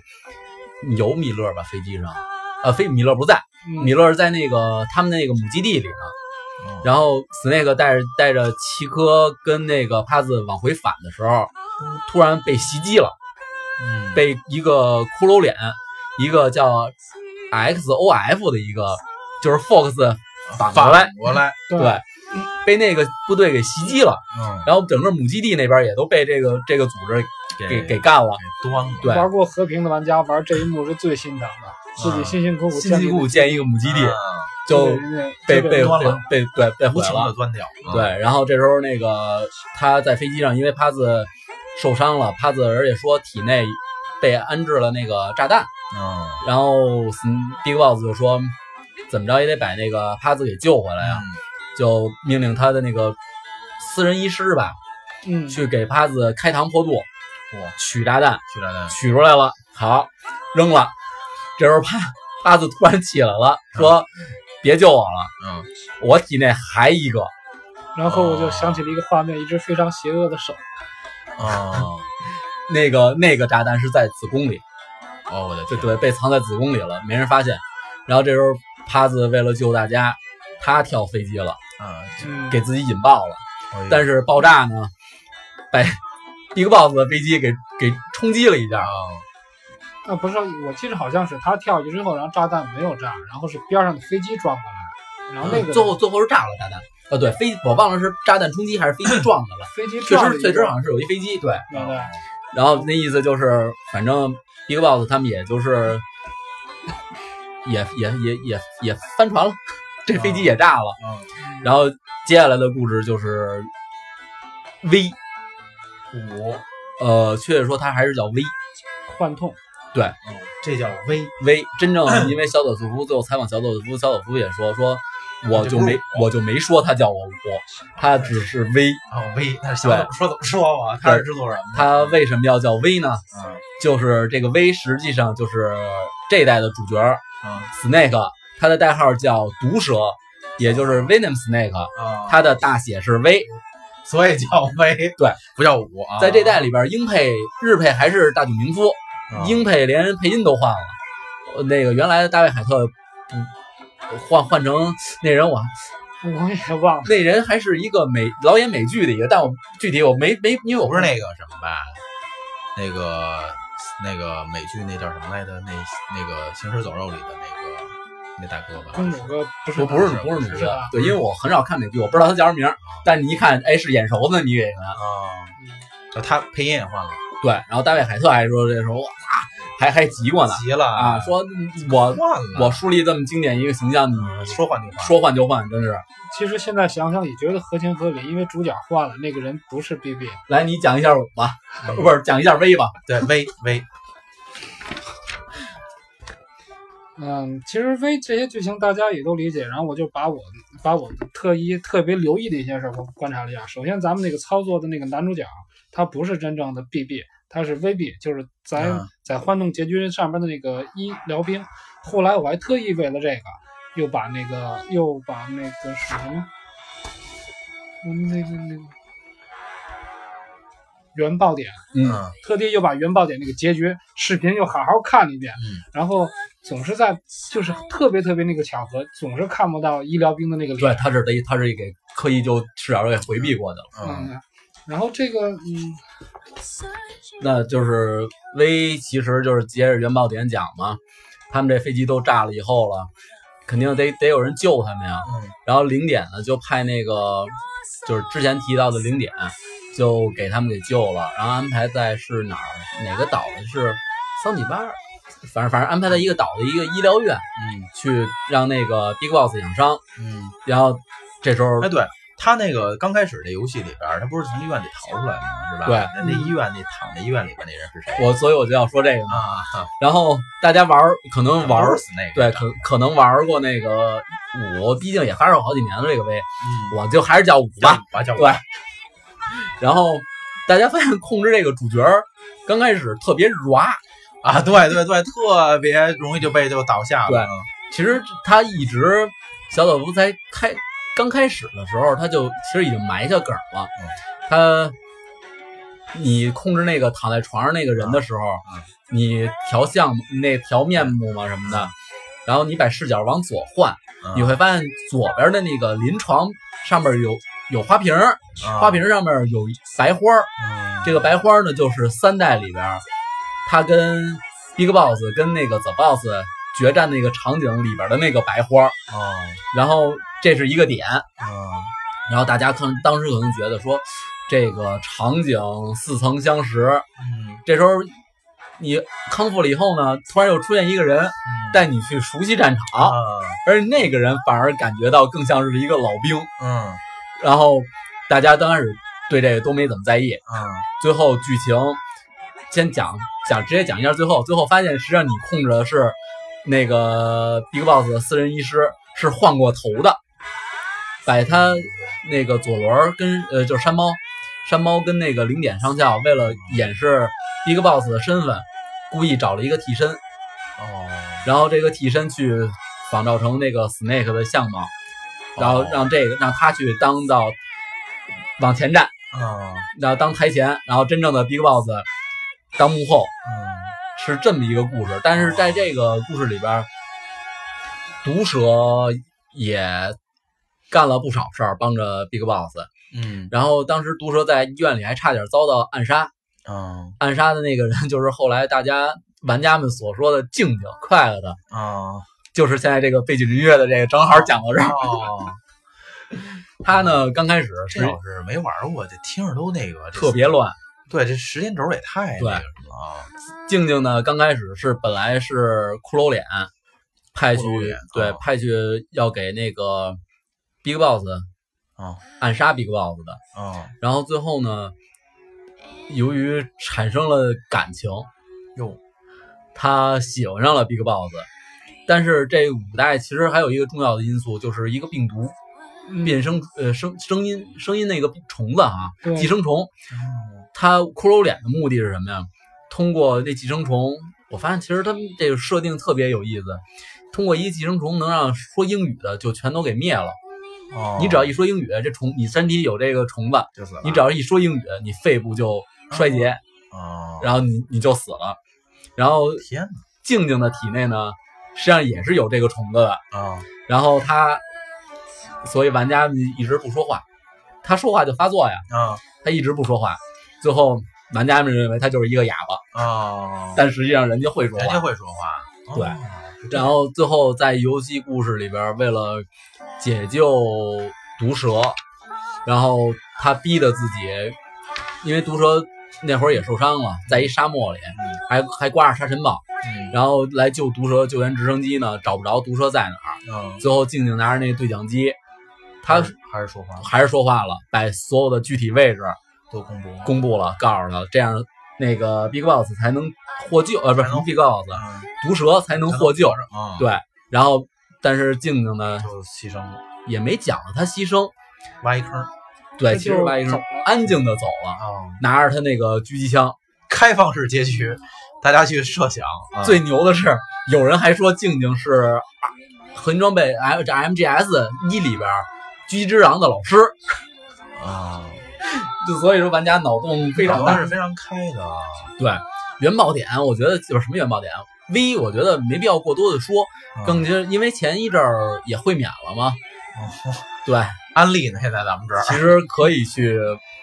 C: 有米勒吧？飞机上，呃，飞米勒不在，
D: 嗯
C: 米勒在那个他们那个母基地里呢。
E: 哦
C: 然后 Snake 带着带着奇科跟那个帕子往回返的时候，突然被袭击了，
E: 嗯，
C: 被一个骷髅脸，一个叫 XOF 的一个，就是 Fox 反过来
E: 反，过来，
D: 对
C: 对，被那个部队给袭击了。
E: 嗯，
C: 然后整个母基地那边也都被这个这个组织给给干了，
E: 给端了，
C: 对
D: 玩过和平的玩家玩这一幕是最心疼的，自己辛辛苦苦
C: 嗯辛
D: 建立
C: 辛
D: 的
C: 苦苦建一个母基地，
E: 啊
C: 就
D: 人家
C: 被
D: 这个
C: 被
E: 端了
C: 被被对被
E: 无
C: 毁
E: 情的
C: 了。
E: 端掉，啊
C: 对，，然后这时候那个他在飞机上，因为帕子受伤了，帕子而且说体内被安置了那个炸弹，
E: 嗯，
C: 然后 Big Boss 就说怎么着也得把那个帕子给救回来呀、
A: 嗯
C: 就命令他的那个私人医师吧，
D: 嗯，
C: 去给帕子开膛破肚，
E: 哇
C: 取炸弹，
E: 去炸弹，
C: 取出来了，好，扔了。这时候帕帕子突然起来了，说：“别救我了，
E: 嗯，
C: 我体内还一个。
D: 然后我就想起了一个画面，一只非常邪恶的手，
E: 哦，
C: 那个那个炸弹是在子宫里，
E: 哦，我的
C: 对
E: 天，
C: 对，被藏在子宫里了，没人发现。然后这时候帕子为了救大家，他跳飞机了，
E: 啊，
D: 嗯，
C: 给自己引爆了。
E: 哎呦
C: 但是爆炸呢，把 Big Boss 的飞机给给冲击了一下
E: 啊，，
D: 啊不是，我记得好像是他跳下去之后，然后炸弹没有炸，然后是边上的飞机撞过来，然后那
C: 嗯
D: 个
C: 最后最后是炸了炸弹。啊，对，飞我忘了是炸弹冲击还是飞机撞的 了。
D: 飞机
C: 确
D: 撞了
C: 实，
D: 一
C: 确
D: 个
C: 实好像是有一飞机，对。
D: 对
E: 哦
D: 对，
C: 然后那意思就是，反正 Big Boss 他们也就是也也也也也翻船了，这飞机也炸
D: 哦
C: 了。
E: 嗯
C: 然后接下来的故事就是 V
F: 五
E: 哦
C: 呃，确切说它还是叫 V
D: 幻痛，
E: 嗯
A: 这叫微
C: V。真正因为小佐助夫最后采访小佐助夫，小佐助夫也说说。我就没，我就没说他叫我五，他只是 V。
A: 哦，微，他想怎么说怎么说吧，他是制作人嘛，
C: 他为什么要叫 V 呢？
A: 嗯
C: 就是这个 V 实际上就是这一代的主角儿
A: 嗯
C: Snake，他的代号叫毒蛇，也就是 Venom Snake，
A: 啊，
E: 哦
C: 他的大写是 V。
A: 所以叫微，
C: 对，
A: 不叫五啊，
C: 在这代里边，英配、日配还是大冢明夫，
A: 啊
C: 英配连配音都换了。呃那个原来的大卫海特不换换成那人我
D: 我也忘了。
C: 那人还是一个美老演美剧的一个，但我具体我没没因为我
A: 不是那个什么吧，那个那个美剧那叫什么来着？那那个《行尸走肉》里的那个那大哥吧，
D: 公主哥不是
C: 不不是不是
D: 不
C: 主
D: 是
C: 角
D: 吧，
C: 对，因为我很少看美剧，我不知道他叫什么名儿，但你一看，哎，是眼熟的女演员。
A: 啊，就他配音也换了，
C: 对，然后大卫海特还说这时候哇，还还急过呢
A: 急了
C: 啊，说我
A: 换了，
C: 我树立这么经典一个形象，你
A: 说换就换，
C: 说换就换，真是。
D: 其实现在想想也觉得合情合理，因为主角换了，那个人不是 B B，
C: 来，你讲一下我吧， 不是讲一下威吧？
A: 对微微
D: 嗯，其实 V 这些剧情大家也都理解，然后我就把我把我特意特别留意的一些事儿我观察了一下。首先，咱们那个操作的那个男主角，他不是真正的 BB，他是 VB，就是咱、
A: 嗯
D: 在幻动结局上边的那个医疗兵。后来我还特意为了这个，又把那个又把那个是什么，嗯，那个那个原爆点。
A: 嗯
D: 特地又把原爆点那个结局视频又好好看了一遍，
A: 嗯
D: 然后总是在就是特别特别那个巧合，总是看不到医疗兵的那个
C: 对
D: 脸，，
C: 他是得他是给刻意就视角给回避过的了。
A: 嗯
D: 嗯，然后这个嗯
C: 那就是威，其实就是接着原爆点讲嘛，他们这飞机都炸了以后了，肯定得得有人救他们呀。
A: 嗯
C: 然后零点呢就派那个就
F: 就是是
C: 之
F: 之
C: 前
F: 前
C: 提
F: 提
C: 到的
F: 到的
C: 零
F: 零
C: 点
F: 点，
C: 就给他们给救了，然后安排在是哪儿哪个岛的是桑吉巴尔，反正反正安排在一个岛的一个医疗院去让那个 Big Boss 养伤，
A: 嗯
C: 然后这时候
A: 嗯，哎对。他那个刚开始这游戏里边，他不是从医院里逃出来吗？是吧？
C: 对
A: 那那医院那躺在医院里边那人是谁？
C: 我所以我就要说这个嘛，
A: 啊，
C: 然后大家玩儿可能玩儿
A: 死那个
C: 对可可能玩儿过那个五，毕竟也还是有好几年的这个 V，
A: 嗯，
C: 我就还是叫五吧，
A: 吧叫
C: 对，然后大家发现控制这个主角儿刚开始特别软。
A: 啊，对对对，特别容易就被就倒下了。嗯
C: 其实他一直小岛夫才开刚开始的时候，他就其实已经埋下梗了。他你控制那个躺在床上那个人的时候，
A: 嗯
C: 你调项目那调面目嘛什么的，然后你把视角往左换，
A: 嗯
C: 你会发现左边的那个临床上面有有花瓶儿，
A: 啊
C: 花瓶上面有白花儿，
A: 嗯
C: 这个白花呢，就是三代里边儿，他跟 Big Boss 跟那个 The Boss 决战那个场景里边的那个白花。
A: 哦
C: 然后这是一个点，
A: 嗯
C: 然后大家看当时可能觉得说，这个场景似曾相识。
A: 嗯
C: 这时候你康复了以后呢，突然又出现一个人
A: 嗯
C: 带你去熟悉战场，
A: 啊
C: 而那个人反而感觉到更像是一个老兵。
A: 嗯
C: 然后大家刚开始对这个都没怎么在意，
A: 嗯
C: 最后剧情先讲讲，直接讲一下最后。最后发现，实际上你控制的是那个 Big Boss 的私人医师是换过头的，把他那个左轮儿跟呃就是山猫，山猫跟那个零点上校为了掩饰 Big Boss 的身份，故意找了一个替身，
A: 哦
C: 然后这个替身去仿照成那个 Snake 的相貌，然后
A: 哦
C: 让这个让他去当到往前站。
A: 嗯
C: 然后当台前，然后真正的 Big Boss 当幕后，
A: 嗯
C: 是这么一个故事。但是在这个故事里边，毒蛇也干了不少事儿，帮着 Big Boss。
A: 嗯
C: 然后当时毒蛇在医院里还差点遭到暗杀，
A: 嗯
C: 暗杀的那个人就是后来大家玩家们所说的静静快乐的，
A: 嗯
C: 就是现在这个背景音乐的这个，正好讲到这儿。
A: 哦，
C: 他呢刚开始
A: 这
C: 是
A: 要是没玩过，这听着都那个
C: 特别。乱，
A: 对，这时间轴也太那个什么了啊！
C: 静静呢，刚开始是本来是骷髅脸派去
A: 骷髅脸啊，
C: 对，派去要给那个 Big Boss
A: 啊
C: 暗杀 Big Boss 的。
A: 啊
C: 然后最后呢，由于产生了感情，
A: 哟，
C: 他喜欢上了 Big Boss。但是这五代其实还有一个重要的因素，就是一个病毒
D: 嗯
C: 变声，呃，声声音声音那个虫子啊，
D: 对
C: 寄生
A: 哦
C: 虫。它骷髅脸的目的是什么呀？通过这寄生虫，我发现其实他们这个设定特别有意思，通过一寄生虫能让说英语的就全都给灭了。
A: 哦嗯
C: 你只要一说英语，这虫你身体有这个虫子，
A: 就死了，
C: 你只要一说英语，你肺部就衰竭，
A: 哦，
C: 然后你你就死了。然后
A: 天哪
C: 静静的体内呢，实际上也是有这个虫子的。
A: 啊，
C: 然后他，所以玩家们一直不说话，他说话就发作呀，
A: 啊
C: 他一直不说话，最后玩家们认为他就是一个哑巴，
A: 啊，
C: 但实际上人家会说
A: 人家
C: 话。
A: 会说话，哦
C: 对，然后最后在游戏故事里边，为了解救毒蛇，然后他逼得自己，因为毒蛇那会儿也受伤了，在一沙漠里，还还挂着沙尘暴，
A: 嗯
C: 然后来救毒蛇，救援直升机呢，找不着毒蛇在哪儿。
A: 嗯，
C: 最后静静拿着那对讲机，他
A: 还是说话
C: 还是说话了，把所有的具体位置
A: 都公布了，
C: 公布了，告诉他，这样那个 Big Boss 才能获救，呃，不是
A: 才能
C: Big Boss，
A: 嗯
C: 毒蛇才能获救。
A: 啊，
C: 对，然后但是静静呢
A: 就牺牲了，
C: 也没讲了，他牺牲，
A: 挖一坑
C: 对，
D: 他
C: 其实
D: 就
C: 吧，一
D: 走
C: 生
D: 了
C: 安静的走了，
A: 啊，
C: 拿着他那个狙击枪。
A: 开放式结局，大家去设想，啊
C: 最牛的是，有人还说静静是啊合金装备 M 这 MGS 一里边狙击之狼的老师，
A: 啊，
C: 就所以说玩家脑洞非常
A: 脑洞
C: 大
A: 是。非常开的啊，
C: 对，元宝点，我觉得就是什么元宝点啊？V，我觉得没必要过多的说，
A: 嗯
C: 更就是因为前一阵儿也会免了嘛。
A: 哦
C: 对，
A: 安利呢，现在咱们这儿
C: 其实可以去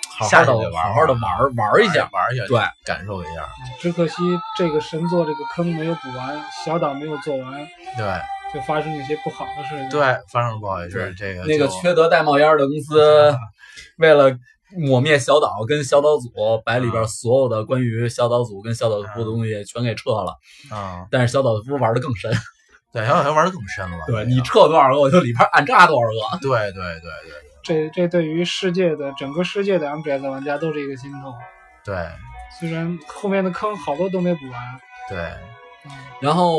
C: 好好
A: 下去
C: 的
A: 就玩啊
C: 好好的玩儿玩一下。
A: 玩一下，
C: 对，
A: 感受一下，
D: 只可惜这个神作这个坑没有补完，小岛没有做完，
A: 对
D: 就发生一些不好的事情。，
A: 对，发生不好意思，这个
C: 那个
A: 就
C: 缺德带冒烟儿的公司， 为了抹灭小岛跟小岛组，把里边所有的关于小岛组跟小岛夫的东西全给撤了。
A: 啊，
C: 但是小岛夫玩的更深，
A: 对，小小熊玩的更深了，
C: 对你撤多少个，我就里边暗扎多少个。
A: 对对对对
D: 这这对于世界的整个世界的 MGS 玩家都是一个心痛。
A: 对
D: 虽然后面的坑好多都没补完，
A: 对，
C: 然后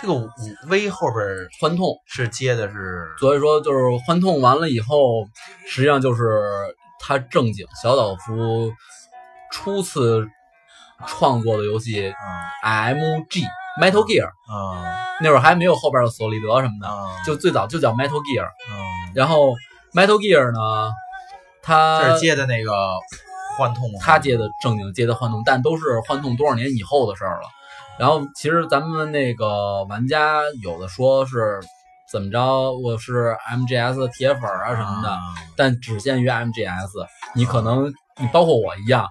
A: 这个五五 V 后边
C: 欢痛。
A: 是接的是
C: 所以说就是欢痛完了以后，实际上就是他正经小岛夫初次创作的游戏
A: 嗯
C: MG Metal Gear，
A: 嗯
C: 那会儿还没有后边的索利德什么的，
A: 嗯
C: 就最早就叫 Metal Gear。
A: 嗯，
C: 然后 Metal Gear 呢，
A: 这
C: 他
A: 是接的那个幻痛，
C: 他接的正经接的幻痛，但都是幻痛多少年以后的事儿了。然后其实咱们那个玩家有的说是怎么着，我是 MGS 铁粉儿啊什么的。
A: 啊
C: 但只限于 MGS。你可能你包括我一样，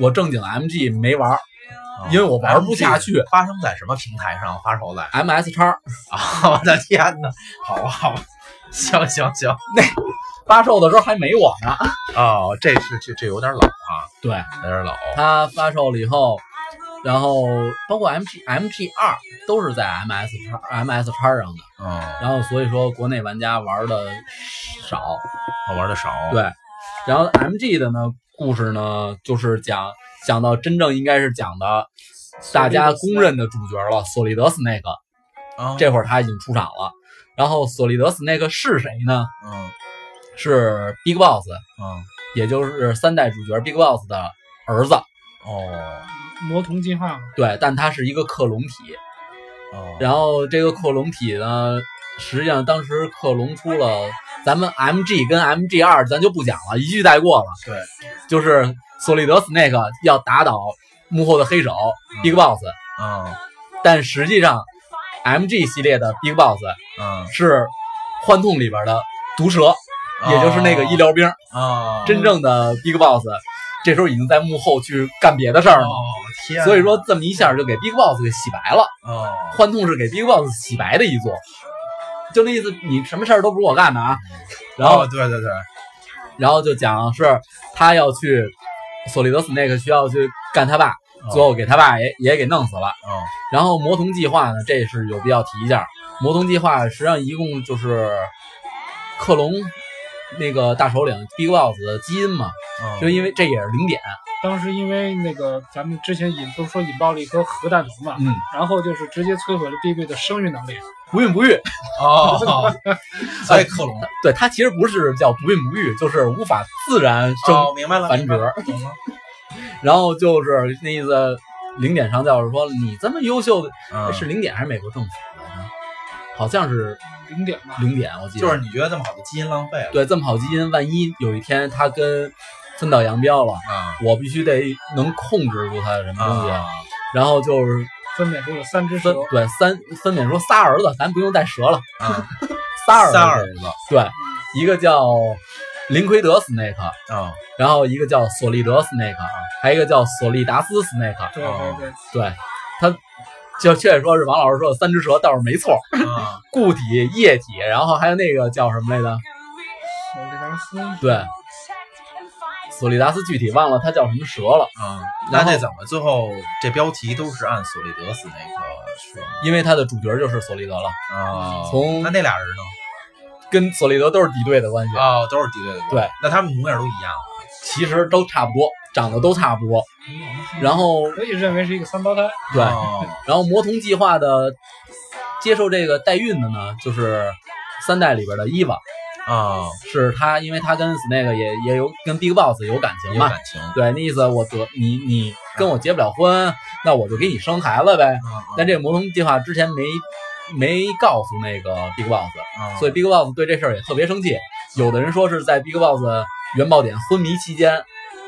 C: 我正经 MG 没玩
A: 啊
C: 因为我玩不下去
A: MG 发生在什么平台上发售在？
C: ，MS 叉
A: 啊， 我的天哪！好吧，好吧，行行行，
C: 发售的时候还没我呢。
A: 哦，这是这这有点老啊，
C: 对，
A: 有点老。
C: 它发售了以后，然后包括 MG、MG 二都是在 MS 叉 MS 叉上的，
A: 嗯，
C: 然后所以说国内玩家玩的少。
A: 我玩的少。
C: 对，然后 MG 的呢故事呢，就是讲讲到真正应该是讲的大家公认的主角了，索利德 Snake。
A: 啊，
C: 这会儿他已经出场了。然后索利德斯那个是谁呢？
A: 嗯
C: 是 Big Boss，
A: 嗯
C: 也就是三代主角 Big Boss 的儿子。
A: 哦
D: 魔童进化嘛，
C: 对，但他是一个克隆体。
A: 哦，
C: 然后这个克隆体呢，实际上当时克隆出了咱们 MG 跟 MG 二，咱就不讲了，一句带过了。
A: 对，
C: 就是索利德 Snake 要打倒幕后的黑手 Big Boss，
A: 嗯
C: 但实际上 MG 系列的 Big Boss
A: 嗯，
C: 是幻痛里边的毒蛇，也就是那
A: 哦
C: 个医疗兵。
A: 啊，
C: 真正的 Big Boss 这时候已经在幕后去干别的事儿了，
A: 哦天哪，
C: 所以说这么一下就给 Big Boss 给洗白了。
A: 哦，
C: 幻痛是给 Big Boss 洗白的一座，就那意思，你什么事儿都不是我干的啊。然后
A: 哦，对对对，
C: 然后就讲是他要去索利德 Snake 需要去干他爸，
A: 哦
C: 最后给他爸也也给弄死了。
A: 嗯
C: 然后魔童计划呢，这是有必要提一下。魔童计划实际上一共就是克隆那个大首领 Big Boss 的基因嘛，
A: 嗯
C: 就因为这也是零点，
D: 当时因为那个咱们之前引不是说引爆了一颗核弹头
A: 啊
D: 嘛，
C: 嗯，
D: 然后就是直接摧毁了 BB 的生育能力。
C: 不孕不育。
A: 哦，所以 克隆
C: 对，它其实不是叫不孕不育，就是无法自然生
A: 哦，明白了，
C: 繁
A: 明白了
C: 殖，然后就是那意思，零点上教授说你这么优秀的，
A: 嗯
C: 是零点还是美国政府的？好像是
D: 零点嘛，
C: 零点，我记得
A: 就是你觉得这么好的基因浪费了
C: 对这么好基因，万一有一天他跟分道扬镳了，
A: 啊
C: 我必须得能控制住他什么东西。
A: 啊，
C: 然后就是
D: 分娩出了三只
C: 分
D: 蛇，
C: 对三分娩说仨儿子，咱不用带蛇了，
A: 啊
C: 仨儿子
A: 仨儿子
C: 对，一个叫林奎德 Snake，
A: 啊，
C: 然后一个叫索利德 Snake，还啊有一个叫索利达斯 Snake。啊
D: 对对对，
C: 对，他就确实说是王老师说的三只蛇倒是没错，
A: 啊
C: 固体、液体，然后还有那个叫什么来着？
D: 索利达斯
C: 对，索利达斯具体忘了它叫什么蛇了，
A: 啊，
C: 然
A: 那
C: 后
A: 这怎么最后这标题都是按索利德斯那个说的
C: 因为它的主角就是索利德了，
A: 啊？
C: 嗯从
A: 那那俩人呢？
C: 跟索利德都是敌对的关系，
A: 哦，都是敌对的，
C: 对，
A: 那他们模样都啊一样
C: 其实都差不多，长得都差不多。然后
D: 可以认为是一个三胞胎。
C: 对，
A: 哦
C: 然后魔童计划的接受这个代孕的呢，就是三代里边的伊娃，
A: 啊，
C: 是他，因为他跟 Snake 也也有跟 Big Boss 有感情
A: 有
C: 嘛，
A: 感情，
C: 对，那意思我得你你跟我结不了婚，那我就给你生孩子呗。
A: 嗯
C: 但这个魔童计划之前没没告诉那个 Big Boss，
A: 啊，
C: 所以 Big Boss 对这事儿也特别生气。有的人说是在 Big Boss 原爆点昏迷期间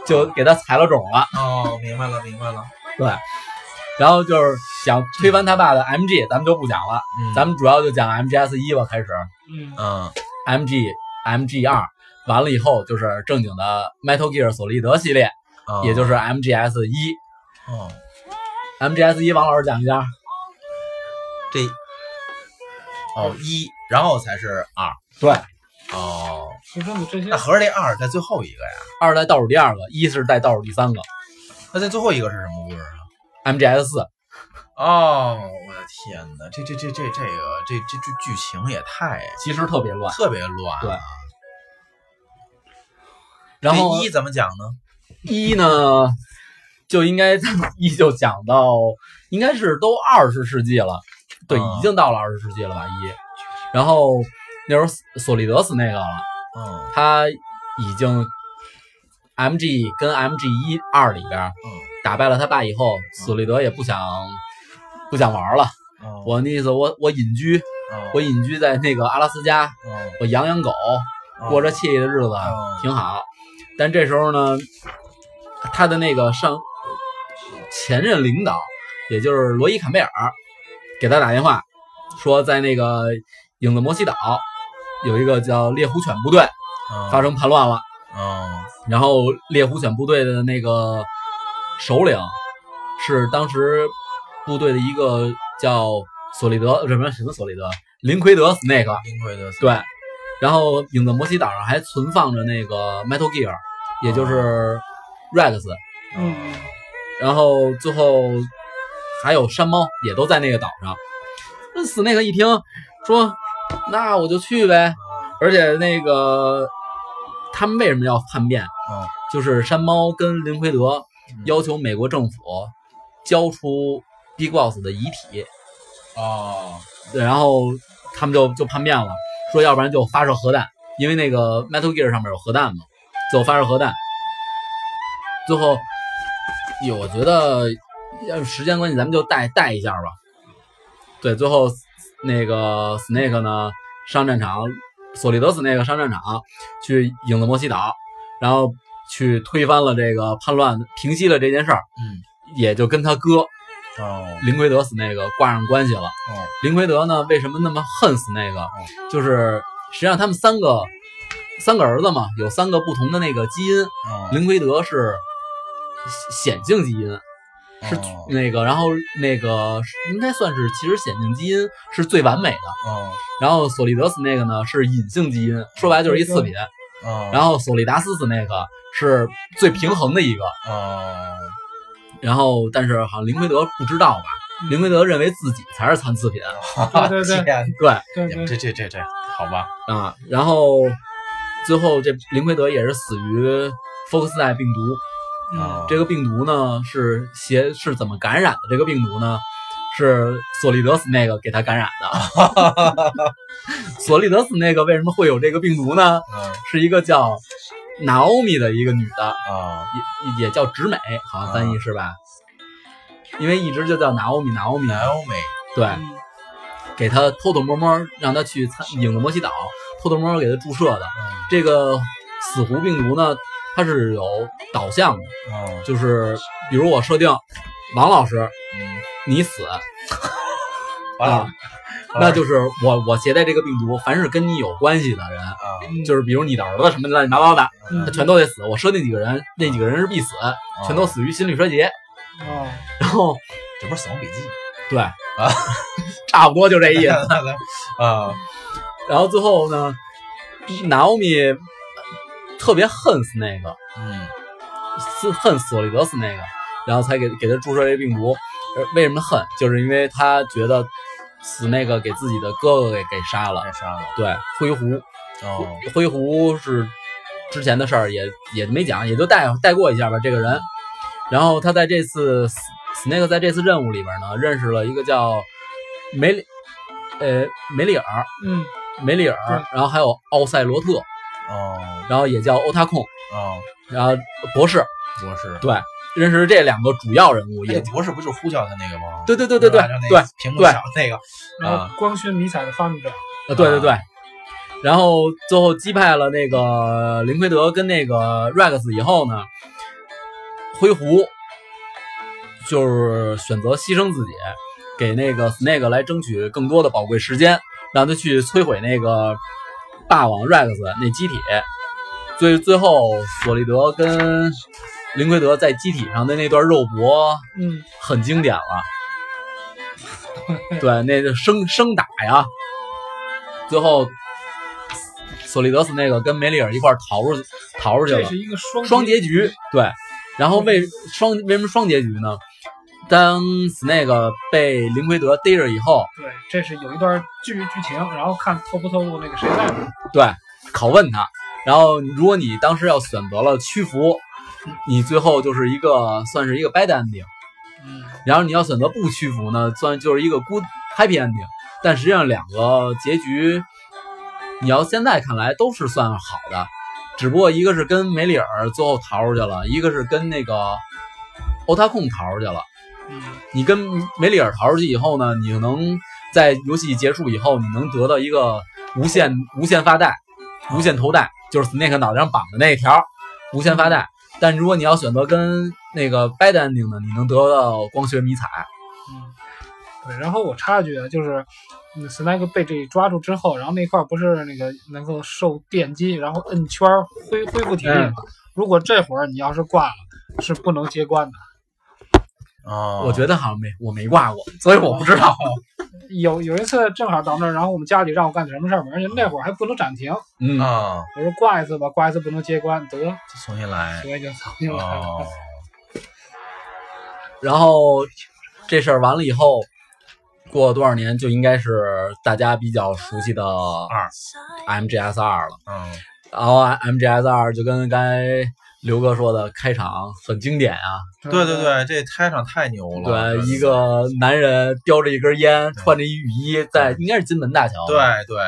C: 就给他踩了种了，
A: 哦，明白了，明白了，
C: 对。然后就是想推翻他爸的 MG，咱们就不讲了，
A: 嗯，
C: 咱们主要就讲 MGS 一吧，开始
D: 嗯，
A: 嗯
C: MG MG 二，完了以后就是正经的 Metal Gear 索利德系列，
A: 啊
C: 也就是 MGS 一。
A: 哦，
C: MGS 一，王老师讲一下。
A: 这哦一，然后才是二
C: 对，
A: 哦，
D: 其实你这些
A: 那合着这二在最后一个呀？
C: 二代倒数第二个，一是在倒数第三个。
A: 那这最后一个是什么故事啊？
C: MGS 四，
A: 哦，我的天哪，这这这这这个这这这剧情也太
C: 其实特别乱。
A: 特别乱了。
C: 然后
A: 这一怎么讲呢？
C: 一呢，就应该一就讲到，应该是都二十世纪了，对，
A: 啊
C: 已经到了二十世纪了吧一。然后那时候索索利德斯那个了，
A: 嗯
C: 他已经 MG 跟 MG 一二里边
A: 嗯
C: 打败了他爸以后，索利德也不想不想玩了。
A: 嗯，
C: 我那意思，我我隐居，
A: 嗯
C: 我隐居在那个阿拉斯加，
A: 嗯
C: 我养养狗，
A: 嗯
C: 过着惬意的日子
A: 嗯
C: 挺好。但这时候呢，他的那个上前任领导，也就是罗伊坎贝尔，给他打电话说，在那个影子摩西岛有一个叫猎狐犬部队
A: 嗯
C: 发生叛乱了，
A: 嗯
C: 然后猎狐犬部队的那个首领是当时部队的一个叫索利德，什么什么索利德，林奎德 Snake，
A: 林奎德斯
C: 对，然后影子摩西岛上还存放着那个 Metal Gear，也就是 Rex，
D: 嗯，
C: 然后最后还有山猫也都在那个岛上。那死那个一听说，那我就去呗。而且那个他们为什么要叛变？
A: 嗯
C: 就是山猫跟林奎德要求美国政府交出 Big Boss 的遗体，
A: 哦
C: 对，然后他们就就叛变了，说要不然就发射核弹，因为那个 Metal Gear 上面有核弹嘛，就发射核弹。最后，有我觉得要是时间关系，咱们就带带一下吧。对，最后那个 Snake 呢上战场，索利德 Snake 上战场去影子摩西岛，然后去推翻了这个叛乱，平息了这件事儿，
A: 嗯
C: 也就跟他哥
A: 哦
C: 林奎德 Snake 挂上关系了。
A: 哦
C: 林奎德呢，为什么那么恨死那个？就是实际上他们三个三个儿子嘛，有三个不同的那个基因。
A: 哦
C: 林奎德是显性基因，是
A: 哦
C: 那个，然后那个应该算是其实显性基因是最完美的。
A: 哦
C: 然后索利德斯那个呢是隐性基因，说白了就是一次品。
A: 哦，
C: 然后索利达斯斯那个是最平衡的一个。
A: 哦
C: 然后但是好像林奎德不知道吧？林奎德认为自己才是残次品，
D: 对对对
A: 哦天
C: 对。
D: 对
A: 你
D: 对
A: 们这这这这好吧
C: 啊，然后最后这林奎德也是死于福克斯奈病毒。
A: 哦
D: 嗯
C: 这个病毒呢是携是怎么感染的？这个病毒呢是索利德斯那个给他感染的。 索利德斯那个为什么会有这个病毒呢？
A: 嗯
C: 是一个叫 Naomi 的一个女的，
A: 啊
C: 也也叫直美，好像翻译是吧？因为一直就叫 Naomi Naomi，
A: ，Naomi
C: 对，
D: 嗯
C: 给他偷偷摸摸让他去参影子摩西岛，偷偷摸摸给他注射的。这个死狐病毒呢，它是有导向的，
A: 哦，
C: 就是比如我设定王老师
A: 嗯，
C: 你死
A: 完了
C: 啊，那就是我我携带这个病毒，凡是跟你有关系的人，
A: 啊，
D: 嗯
C: 就是比如你的儿子什么乱七八糟的，
D: 嗯
C: 他全都得死。我设定几个人，那几个人是必死，
A: 哦
C: 全都死于心力衰竭。
D: 哦，
C: 然后
A: 这不是《死亡笔记
C: 对啊， 差不多就这意思。》
A: 啊，
C: 然后最后呢，Naomi 特别恨死那个，
A: 嗯
C: 是恨索利德斯那个，然后才给给他注射这病毒。呃为什么恨？就是因为他觉得死那个给自己的哥哥给给杀了。
A: 太杀了，
C: 对，灰狐，
A: 哦，
C: 灰狐是之前的事儿，也也没讲，也就带带过一下吧。这个人，然后他在这次 Snake 在这次任务里边呢，认识了一个叫梅里，呃，梅里尔，
D: 嗯，
C: 梅里尔，然后还有奥赛罗特，
A: 哦
C: 然后也叫欧塔控，
A: 哦，
C: 然后博士，
A: 博士，
C: 对，认识这两个主要人物，
A: 那
C: 也
A: 个博士不就是呼叫他那个吗？
C: 哎对对对对对
A: 是吧就那
C: 对
A: 个屏幕
C: 对
A: 上那个
D: 然
A: 啊
D: 后光学迷彩的发明者，
C: 呃对对对，然后最后击败了那个林奎德跟那个 Rex 以后呢，灰狐就是选择牺牲自己，给那个 Snake 来争取更多的宝贵时间，让他去摧毁那个霸王 Rex 那机体。最最后，索利德跟林奎德在机体上的那段肉搏
D: 嗯，
C: 很经典了。对，那个生生打呀，最后索利德斯那个跟梅里尔一块儿逃出去，逃出去
D: 这
C: 了
D: 是，一个双
C: 双结局。对，然后为双为什么双结局呢？当 Snake 被林奎德逮着以后，
D: 对，这是有一段剧剧情，然后看透不透露那个谁在哪。
C: 对，拷问他，然后如果你当时要选择了屈服，你最后就是一个算是一个 bad ending。
D: 嗯，
C: 然后你要选择不屈服呢，算就是一个 good happy ending。但实际上两个结局，你要现在看来都是算好的，只不过一个是跟梅里尔最后逃出去了，一个是跟那个欧塔控逃出去了。
D: 嗯，
C: 你跟梅里尔逃出去以后呢，你能在游戏结束以后，你能得到一个无限无限发带、无限头带，就是 Snake 脑袋上绑的那一条无限发带。但如果你要选择跟那个 Bad Ending 呢，你能得到光学迷彩。
D: 嗯，对。然后我插一句啊，就是嗯 Snake 被这抓住之后，然后那块儿不是那个能够受电击，然后摁圈儿恢恢复体力嘛？如果这会儿你要是挂了，是不能接关的。
A: 哦，
C: 嗯我觉得好像没我没挂过，所以我不知道。
D: 有有一次正好到那儿，然后我们家里让我干什么事儿嘛，而且那会儿还不能暂停。
C: 嗯，
A: 啊，
D: 我说挂一次吧，挂一次不能接关，得，
A: 就重新来，
D: 所以就重新来了。
A: 哦，
C: 然后这事儿完了以后，过多少年就应该是大家比较熟悉的
A: 二，
C: MGS 二了。
A: 嗯，
C: 然后 MGS 二就跟刚才刘哥说的开场很经典啊，
D: 对
A: 对对，对，这开场太牛了，
C: 对，
A: 真的
C: 一个男人叼着一根烟，穿着一雨衣，在应该是金门大桥，
A: 对对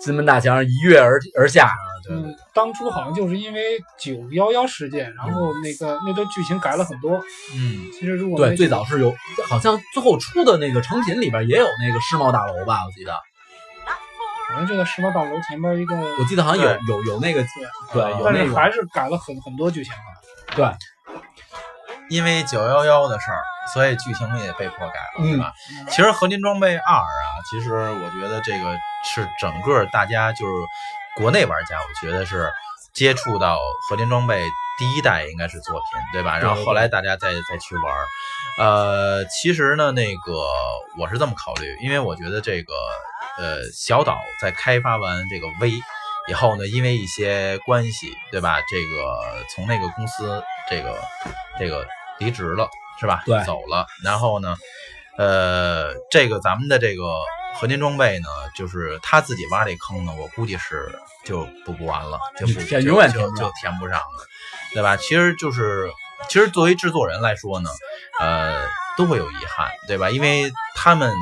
C: 金门大桥上一跃而而下，
A: 对对
D: 嗯，当初好像就是因为九幺幺事件，然后那个那段剧情改了很多。
A: 嗯，
D: 其实如果
C: 对，
D: 没
C: 最早是有，好像最后出的那个成品里边也有那个世贸大楼吧，我记得，
D: 好像就在世贸大楼前边一个，
C: 我记得好像有有有那个，对，有
D: 但
C: 那
D: 是
C: 个，
D: 还是改了很很多剧情啊。
A: 因为九幺幺的事儿，所以剧情也被迫改了，
C: 嗯
A: 是吧？其实《合金装备二》啊，其实我觉得这个是整个大家就是国内玩家，我觉得是接触到《合金装备》第一代应该是作品，对吧？
C: 对
A: 然后后来大家再再去玩儿。呃，其实呢，那个我是这么考虑，因为我觉得这个呃小岛在开发完这个 V 以后呢，因为一些关系，对吧？这个从那个公司这个这个离职了，是吧？
C: 对
A: 走了。然后呢，呃，这个咱们的这个合金装备呢，就是他自己挖这坑呢，我估计是就补不完了，就不
C: 这永远
A: 就
C: 填
A: 就
C: 不上
A: 就填不上了，对吧？其实就是，其实作为制作人来说呢，
F: 啊
A: 呃，都会有遗憾，对吧？因为他们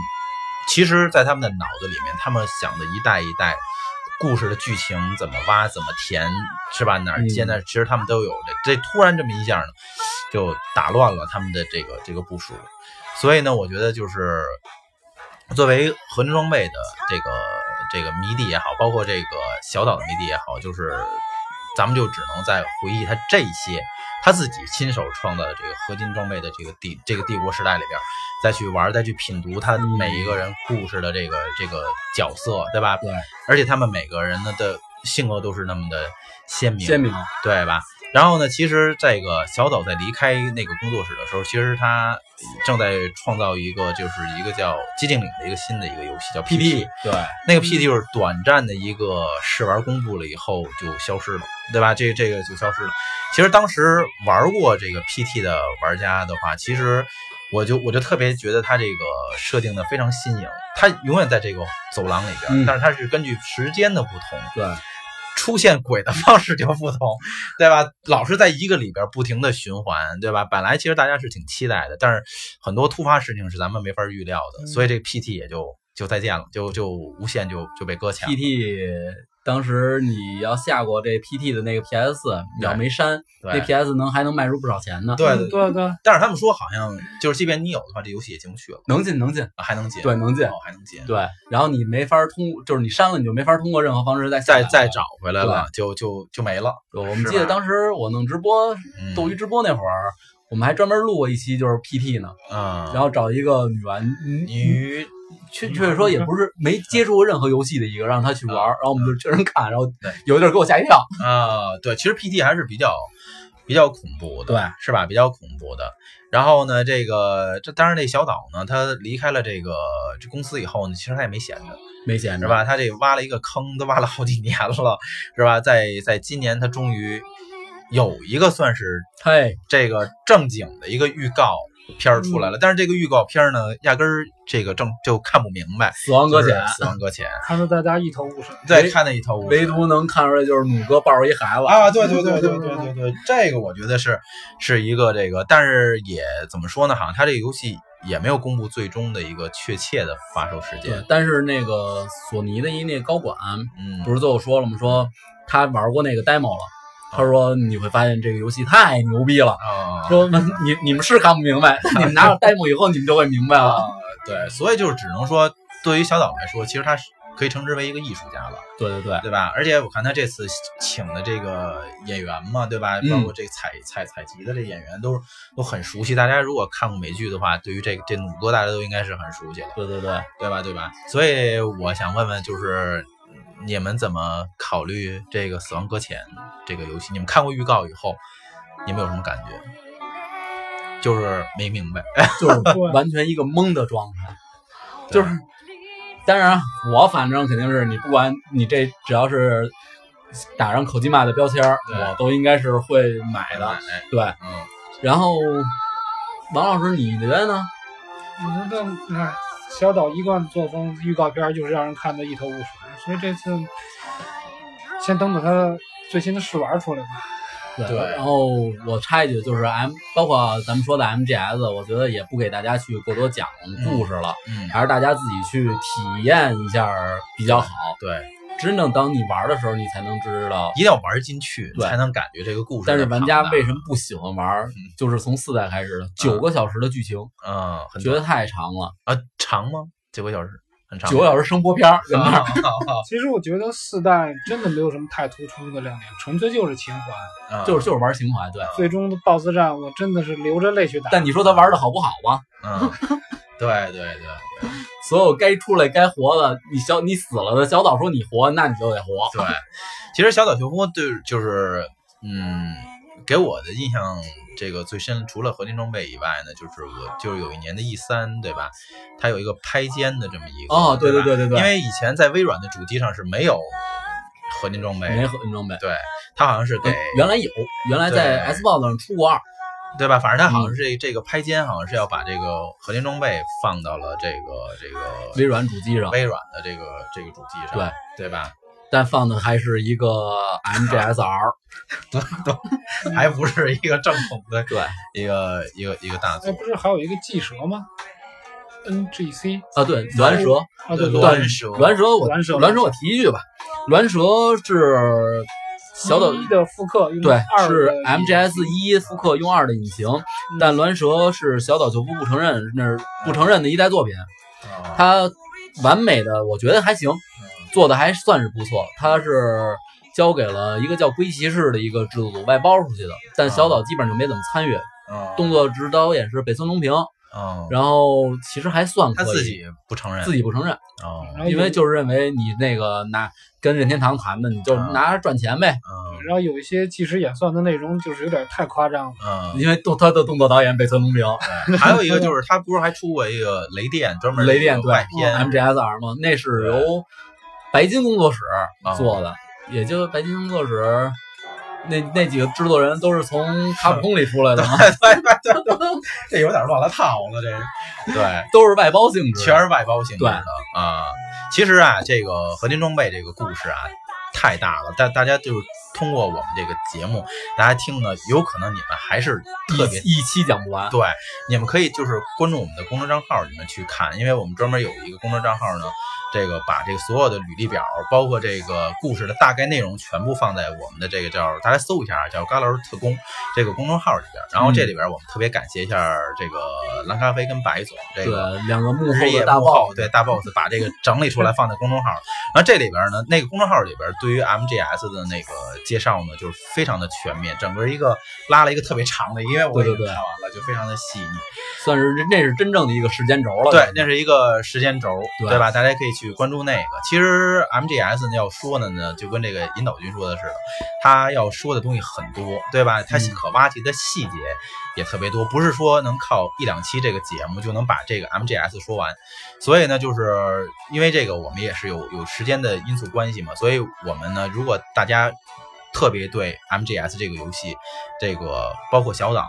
A: 其实，在他们的脑子里面，他们想的一代一代故事的剧情怎么挖、怎么填，是吧？哪儿接呢？其实他们都有这，这突然这么一下呢，就打乱了他们的这个这个部署。所以呢，我觉得就是作为合金装备的这个这个迷弟也好，包括这个小岛的迷弟也好，就是咱们就只能在回忆他这些他自己亲手创造的这个合金装备的这个帝这个帝国时代里边，再去玩，再去品读他每一个人故事的这个这个角色，对吧？
C: 嗯对，
A: 而且他们每个人呢的性格都是那么的鲜明，啊
C: 鲜明，
A: 对吧？然后呢，其实这个小岛在离开那个工作室的时候，其实他正在创造一个就是一个叫《寂静岭》的一个新的一个游戏，叫 PT。
C: 对，
A: 那个 PT 就是短暂的一个试玩公布了以后就消失了，对吧？这这个就消失了。其实当时玩过这个 PT 的玩家的话，其实我就我就特别觉得它这个设定的非常新颖，它永远在这个走廊里边，
C: 嗯
A: 但是它是根据时间的不同，
C: 对，
A: 出现鬼的方式就不同，对吧？老是在一个里边不停的循环，对吧？本来其实大家是挺期待的，但是很多突发事情是咱们没法预料的，
D: 嗯
A: 所以这 PT 也就就再见了，就就无限就就被搁浅了。
C: PT 当时你要下过这 PT 的那个 PS，你要没删，
A: 对
C: 那 PS 能还能卖出不少钱呢。
A: 对
D: 嗯对对，
A: 但是他们说好像就是，即便你有的话，这游戏也进不去了，
C: 能进能进，
A: 还能进，
C: 对能进
A: 哦还能进，
C: 对。然后你没法通，就是你删了，你就没法通过任何方式再
A: 再
C: 下载
A: 再
C: 了
A: 找回来了，就就就没了。
C: 对我们
A: 是
C: 记得
A: 吧
C: 当时我弄直播，
A: 嗯
C: 斗鱼直播那会儿，我们还专门录过一期就是 PT 呢，
A: 嗯，
C: 然后找一个女玩
D: 嗯
A: 鱼
C: 确确实说也不是没接触过任何游戏的一个，让他去玩儿，然后我们就真人看，然后
A: 嗯对
C: 有一阵儿给我吓一跳。
A: 啊，对，其实 PT 还是比较比较恐怖的，
C: 对，
A: 是吧？比较恐怖的。然后呢，这个这当然这小岛呢，他离开了这个这公司以后呢，其实他也没闲着，
C: 没闲
A: 是
C: 着？
A: 吧？他这挖了一个坑，都挖了好几年了，是吧？在在今年，他终于有一个算是
C: 嘿，
A: 这个正经的一个预告片儿出
C: 嗯
A: 来了，但是这个预告片儿呢，压根儿这个正就看不明白，
C: 死亡搁
A: 就是
C: 浅，
A: 死亡搁浅，
D: 看得大家一头雾水。
A: 再
C: 唯
A: 看那一头雾水
C: 唯独能看出来就是弩哥抱着一孩子，
A: 啊，对对对对对对对，这个我觉得是是一个这个，但是也怎么说呢？好像它这个游戏也没有公布最终的一个确切的发售时
C: 对
A: 间。，
C: 但是那个索尼的一那高管
A: 嗯，
C: 不是最后说了吗？说他玩过那个 demo 了，他说你会发现这个游戏太牛逼了。
A: 啊，
C: 说你你们是看不明 白，你们拿到 demo 以后你们就会明白
A: 啊
C: 了。
A: 对，所以就是只能说，对于小岛来说，其实他是可以称之为一个艺术家了，
C: 对 对对，
A: 对吧？而且我看他这次请的这个演员嘛，对吧？
C: 嗯
A: 包括这采采采集的这演员都都很熟悉，大家如果看过美剧的话，对于这个这弩哥大家都应该是很熟悉了。
C: 对对 对，
A: 对吧？对吧？所以我想问问，就是你们怎么考虑这个《死亡搁浅》这个游戏？你们看过预告以后，你们有什么感觉？就是没明白。
C: 哎就是完全一个懵的状态。就是，当然我反正肯定是你不管你这只要是打上口技骂的标签儿，
A: 对
C: 我都应该是会买的。
A: 哎
C: 对，
A: 嗯，
C: 然后王老师你觉得呢？
D: 你说这，你看小岛一贯作风，预告片就是让人看得一头雾水，所以这次先等等他最新的试玩出来吧。
C: 对
A: 对
C: 然后我插一句，就是 M，包括咱们说的 MGS，我觉得也不给大家去过多讲故事了，
A: 嗯
C: 还是大家自己去体验一下儿比较好。
A: 对，
C: 真正当你玩的时候，你才能知道
A: 一定要玩进去，
C: 对
A: 才能感觉这个故事。
C: 但是玩家为什么不喜欢玩儿？就是从四代开始的九个小时的剧情，
A: 嗯，很
C: 觉得太长了，
A: 啊长吗？九个小时，很长吗。啊嗯
C: 九个小时生活片儿，跟那 儿
D: 其实我觉得四代真的没有什么太突出的亮点，纯粹就是情怀。
A: 嗯，
C: 就是就是玩情怀，对。
D: 最终的 BOSS 战，我真的是流着泪去打。
C: 但你说他玩的好不啊好吧？
A: 嗯，对对对
C: 所有该出来该活的，你小你死了的小岛说你活，那你就得活。
A: 对，其实小岛秀夫对就是嗯，给我的印象这个最深，除了合金装备以外呢，就是我就是有一年的 E 三对吧？它有一个拍肩的这么一个
C: 哦，对
A: 对
C: 对对对
A: 吧因
C: 对，
A: 为以前在微软的主机上是没有合金装备
C: 没呃
A: 的，
C: 合金装备。
A: 对，它好像是给
C: 嗯原来有，原来在
A: 对
C: S b o x 上出过二，
A: 对吧？反正他好
C: 嗯
A: 像是这这个拍肩，好像是要把这个合金装备放到了这个这个
C: 微软主机上，
A: 微软的这个这个主机上，
C: 对
A: 对吧？
C: 但放的还是一个 MGSR，
A: 还不是一个正统的
C: 对，
A: 一个一个一个大
D: 哎，
A: 作
D: 不是还有一个记蛇吗？NGC
C: 啊对，栾蛇，
D: 啊，对，
A: 栾
C: 但
A: 蛇
C: 栾蛇我
D: 栾蛇
C: 栾蛇我提一句吧，栾蛇是小岛
D: 一的复刻，用
C: 对
D: 嗯二
C: 是
D: 的嗯
C: MGS 一复刻用二的引擎，但栾蛇是小岛秀夫不承认那是不承认的一代作品，
A: 啊
C: 它完美的我觉得还行，做的还算是不错，它是。交给了一个叫龟骑士的一个制作组外包出去的，但小岛基本上就没怎么参与。
A: 啊
C: 动作指导也是北村隆平，
A: 啊，
C: 然后其实还算可
A: 他
C: 以，
A: 自己不承认
C: 自己不承认，
A: 啊
D: 然后
C: 因
D: 有
C: 为就是认为你那个拿跟任天堂谈的，你就
A: 啊
C: 拿着赚钱呗。
A: 嗯
D: 然后有一些即时演算的内容就是有点太夸张了，
A: 嗯。
C: 因为动他的动作导演北村隆平，
A: 对还有一个就是他不是还出过一个雷电，专门
C: 雷电对
A: 外片
C: MGSR 嘛，那是由白金工作室
A: 啊
C: 做的，也就白金工作室那那几个制作人都是从卡普空里出来的嘛，
A: 这有点乱了套了，这个对，
C: 都是外包性质，
A: 全是外包性质的
C: 对
A: 啊。其实啊，这个合金装备这个故事啊，太大了，但大家就是通过我们这个节目，大家听呢，有可能你们还是特别
C: 一一期讲不完。
A: 对，你们可以就是关注我们的公众账号里面去看，因为我们专门有一个公众账号呢，这个把这个所有的履历表，包括这个故事的大概内容，全部放在我们的这个叫大家搜一下啊，叫“高老师特工”这个公众号里边。然后这里边我们特别感谢一下这个蓝咖啡跟白总这
C: 对
A: 个。，
C: 两个幕
A: 日
C: 后
A: 夜
C: 的大
A: 幕
C: 爆
A: 后，对大 boss 把这个整理出来放在公众号，然后这里边呢，那个公众号里边对于 MGS 的那个介绍呢，就是非常的全面，整个一个拉了一个特别长的，因为我
C: 对
A: 也
C: 对
A: 看
C: 对
A: 完了，就非常的细腻。
C: 算是那是真正的一个时间轴了。
A: 对，那是一个时间轴，
C: 对
A: 对吧？大家可以去关注那个。其实 MGS 呢要说的呢，就跟这个引导君说的似的，他要说的东西很多，对吧？
C: 嗯
A: 他可挖掘的细节也特别多，不是说能靠一两期这个节目就能把这个 MGS 说完。所以呢，就是因为这个，我们也是有有时间的因素关系嘛，所以我们呢，如果大家特别对 MGS 这个游戏，这个包括小岛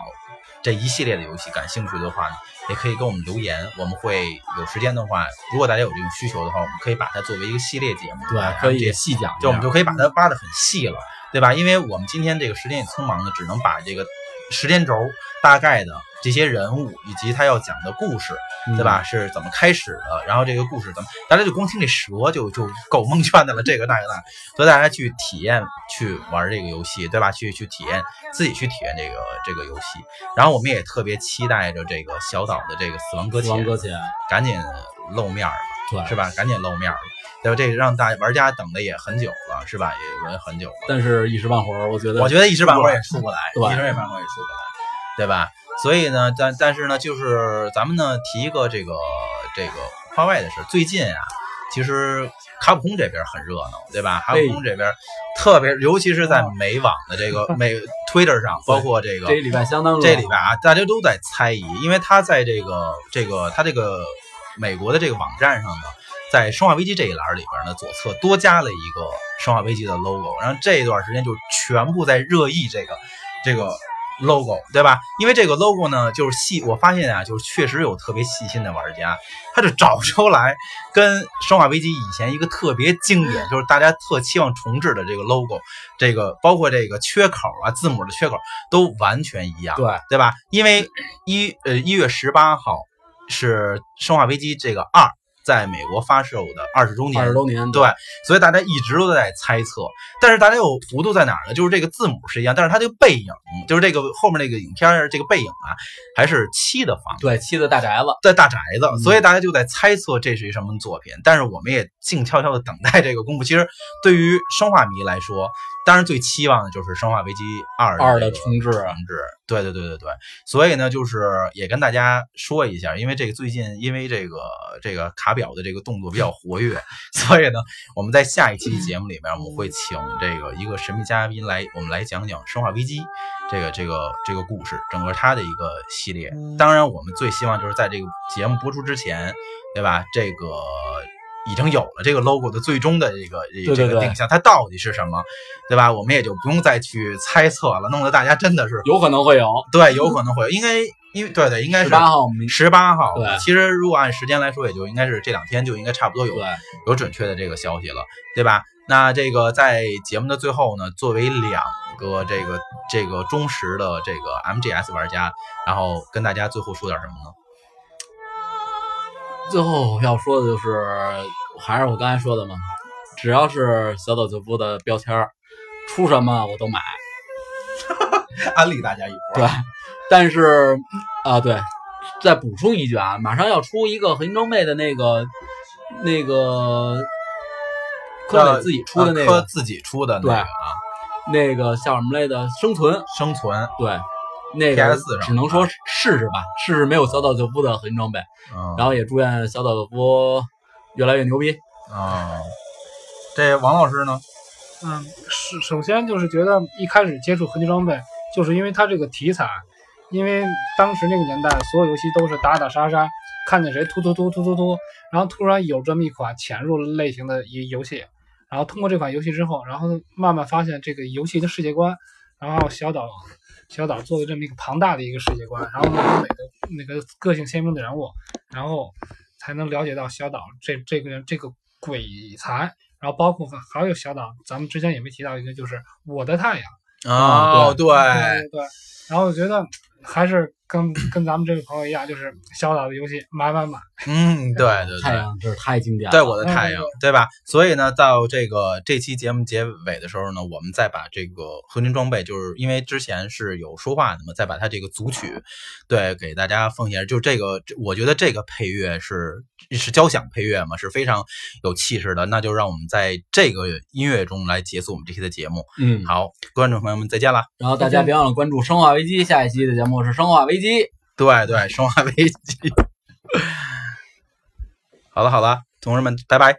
A: 这一系列的游戏感兴趣的话呢，也可以给我们留言，我们会有时间的话，如果大家有这种需求的话，我们可以把它作为一个系列节目，
C: 对，可以
A: MGS
C: 细讲一下，
A: 就我们就可以把它挖得很细了，对吧？因为我们今天这个时间也匆忙的，只能把这个时间轴大概的这些人物以及他要讲的故事，
C: 嗯
A: 对吧？？是怎么开始的？然后这个故事怎么？大家就光听这蛇就就够蒙圈的了，这个那个那，所以大家去体验去玩这个游戏，对吧？去去体验自己去体验这个这个游戏。然后我们也特别期待着这个小岛的这个死亡搁
C: 死亡
A: 浅，
C: 搁浅，
A: 赶紧露面儿吧。
C: 对，
A: 是吧？赶紧露面儿了，对吧？这让大玩家等的也很久了，是吧？也也很久了。
C: 但是一时半会儿，我觉得
A: 我觉得一时半会儿也出不来，
C: 对
A: 一时半会儿也出不来，对吧？所以呢，但但是呢，就是咱们呢提一个这个这个话外的事儿，最近啊，其实卡普空这边很热闹，对哦吧？卡普空这边特别，尤其是在美网的这个美 Twitter 上，包括这 个
C: 这一礼拜相当热
A: 这里边啊，大家都在猜疑，因为他在这个这个他这个美国的这个网站上呢，在《生化危机》这一栏里边呢，左侧多加了一个《生化危机》的 logo，然后这一段时间就全部在热议这个这个 logo，对吧？因为这个 logo 呢，就是细，我发现啊，就是确实有特别细心的玩家，他就找出来跟《生化危机》以前一个特别经典，就是大家特期望重置的这个 logo，这个包括这个缺口啊，字母的缺口都完全一样，
C: 对
A: 对吧？因为一呃一月十八号是《生化危机》这个二在美国发售的二十周年，
C: 二十周年，
A: 对，所以大家一直都在猜测，但是大家有幅度在哪儿呢？就是这个字母是一样，但是它这个背影，就是这个后面那个影片儿这个背影啊，还是七的房子，
C: 对，七的大宅子，
A: 在大宅子，
C: 嗯
A: 所以大家就在猜测这是一什么作品。但是我们也静悄悄的等待这个公布。其实对于生化迷来说，当然最期望的就是《生化危机二》
C: 二
A: 这
C: 的
A: 个
C: 重置
A: 重置，对对对对对，所以呢，就是也跟大家说一下，因为这个最近因为这个这个卡表的这个动作比较活跃， 所以呢，我们在下一期节目里面，我们会请这个一个神秘嘉宾来，我们来讲讲《生化危机》这个这个这个故事，整个它的一个系列。当然，我们最希望就是在这个节目播出之前，对吧？这个已经有了这个 logo 的最终的这个这
G: 对对
A: 这个
G: 对
A: 定向，它到底是什么，对吧？我们也就不用再去猜测了，弄得大家真的是
G: 有可能会有
A: 对，有可能会有，应该因为对对，应该
C: 十
A: 是
C: 八号明
A: 十八号
G: 对。
A: 其实如果按时间来说，也就应该是这两天就应该差不多有
G: 对
A: 有准确的这个消息了，对吧？那这个在节目的最后呢，作为两个这个这个忠实的这个 MGS 玩家，然后跟大家最后说点什么呢？
C: 最后要说的就是，还是我刚才说的嘛，只要是小岛秀夫的标签儿，出什么我都买。
A: 安利大家一波。
C: 对，但是啊，对，再补充一句啊，马上要出一个合金装备的那个那个科
A: 呃
C: 美自己出的那
A: 啊科
C: 个
A: 自己出的那
C: 对
A: 个啊，
C: 那个叫什么来着？生存，
A: 生存，
C: 对，那个
A: PS4 上
C: 只能说试试吧，试试没有小岛秀夫的合金装备。
A: 嗯，
C: 然后也祝愿小岛秀夫越来越牛逼。
A: 啊、这王老师呢？
D: 嗯，首首先就是觉得一开始接触合金装备，就是因为它这个题材，因为当时那个年代，所有游戏都是打打杀杀，看见谁突突突突突突，然后突然有这么一款潜入类型的一游戏，然后通过这款游戏之后，然后慢慢发现这个游戏的世界观，然后小岛小岛做的这么一个庞大的一个世界观，然后每个那个个性鲜明的人物，然后才能了解到小岛这这个人这个鬼才。然后包括还还有小岛，咱们之前也没提到一个，就是我的太阳，
A: 哦，对，
D: 对对。然后我觉得还是跟跟咱们这位朋友一样，就是小岛的游戏买买买，
A: 嗯，对对
C: 太
A: 对。
C: 阳真是太经典了，
A: 对我的太
D: 嗯
A: 阳，对吧？所以呢，到这个这期节目结尾的时候呢，我们再把这个合金装备，就是因为之前是有说话的嘛，再把它这个组曲，对，给大家奉献。就这个，我觉得这个配乐是是交响配乐嘛，是非常有气势的。那就让我们在这个音乐中来结束我们这期的节目。
C: 嗯，
A: 好，观众朋友们，再见啦！
C: 然后大家别忘了关注《生化危机》，下一期的节目是《生化危机》。
A: 对对，生化危机。 好了好了，同志们，拜拜。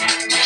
F: Thank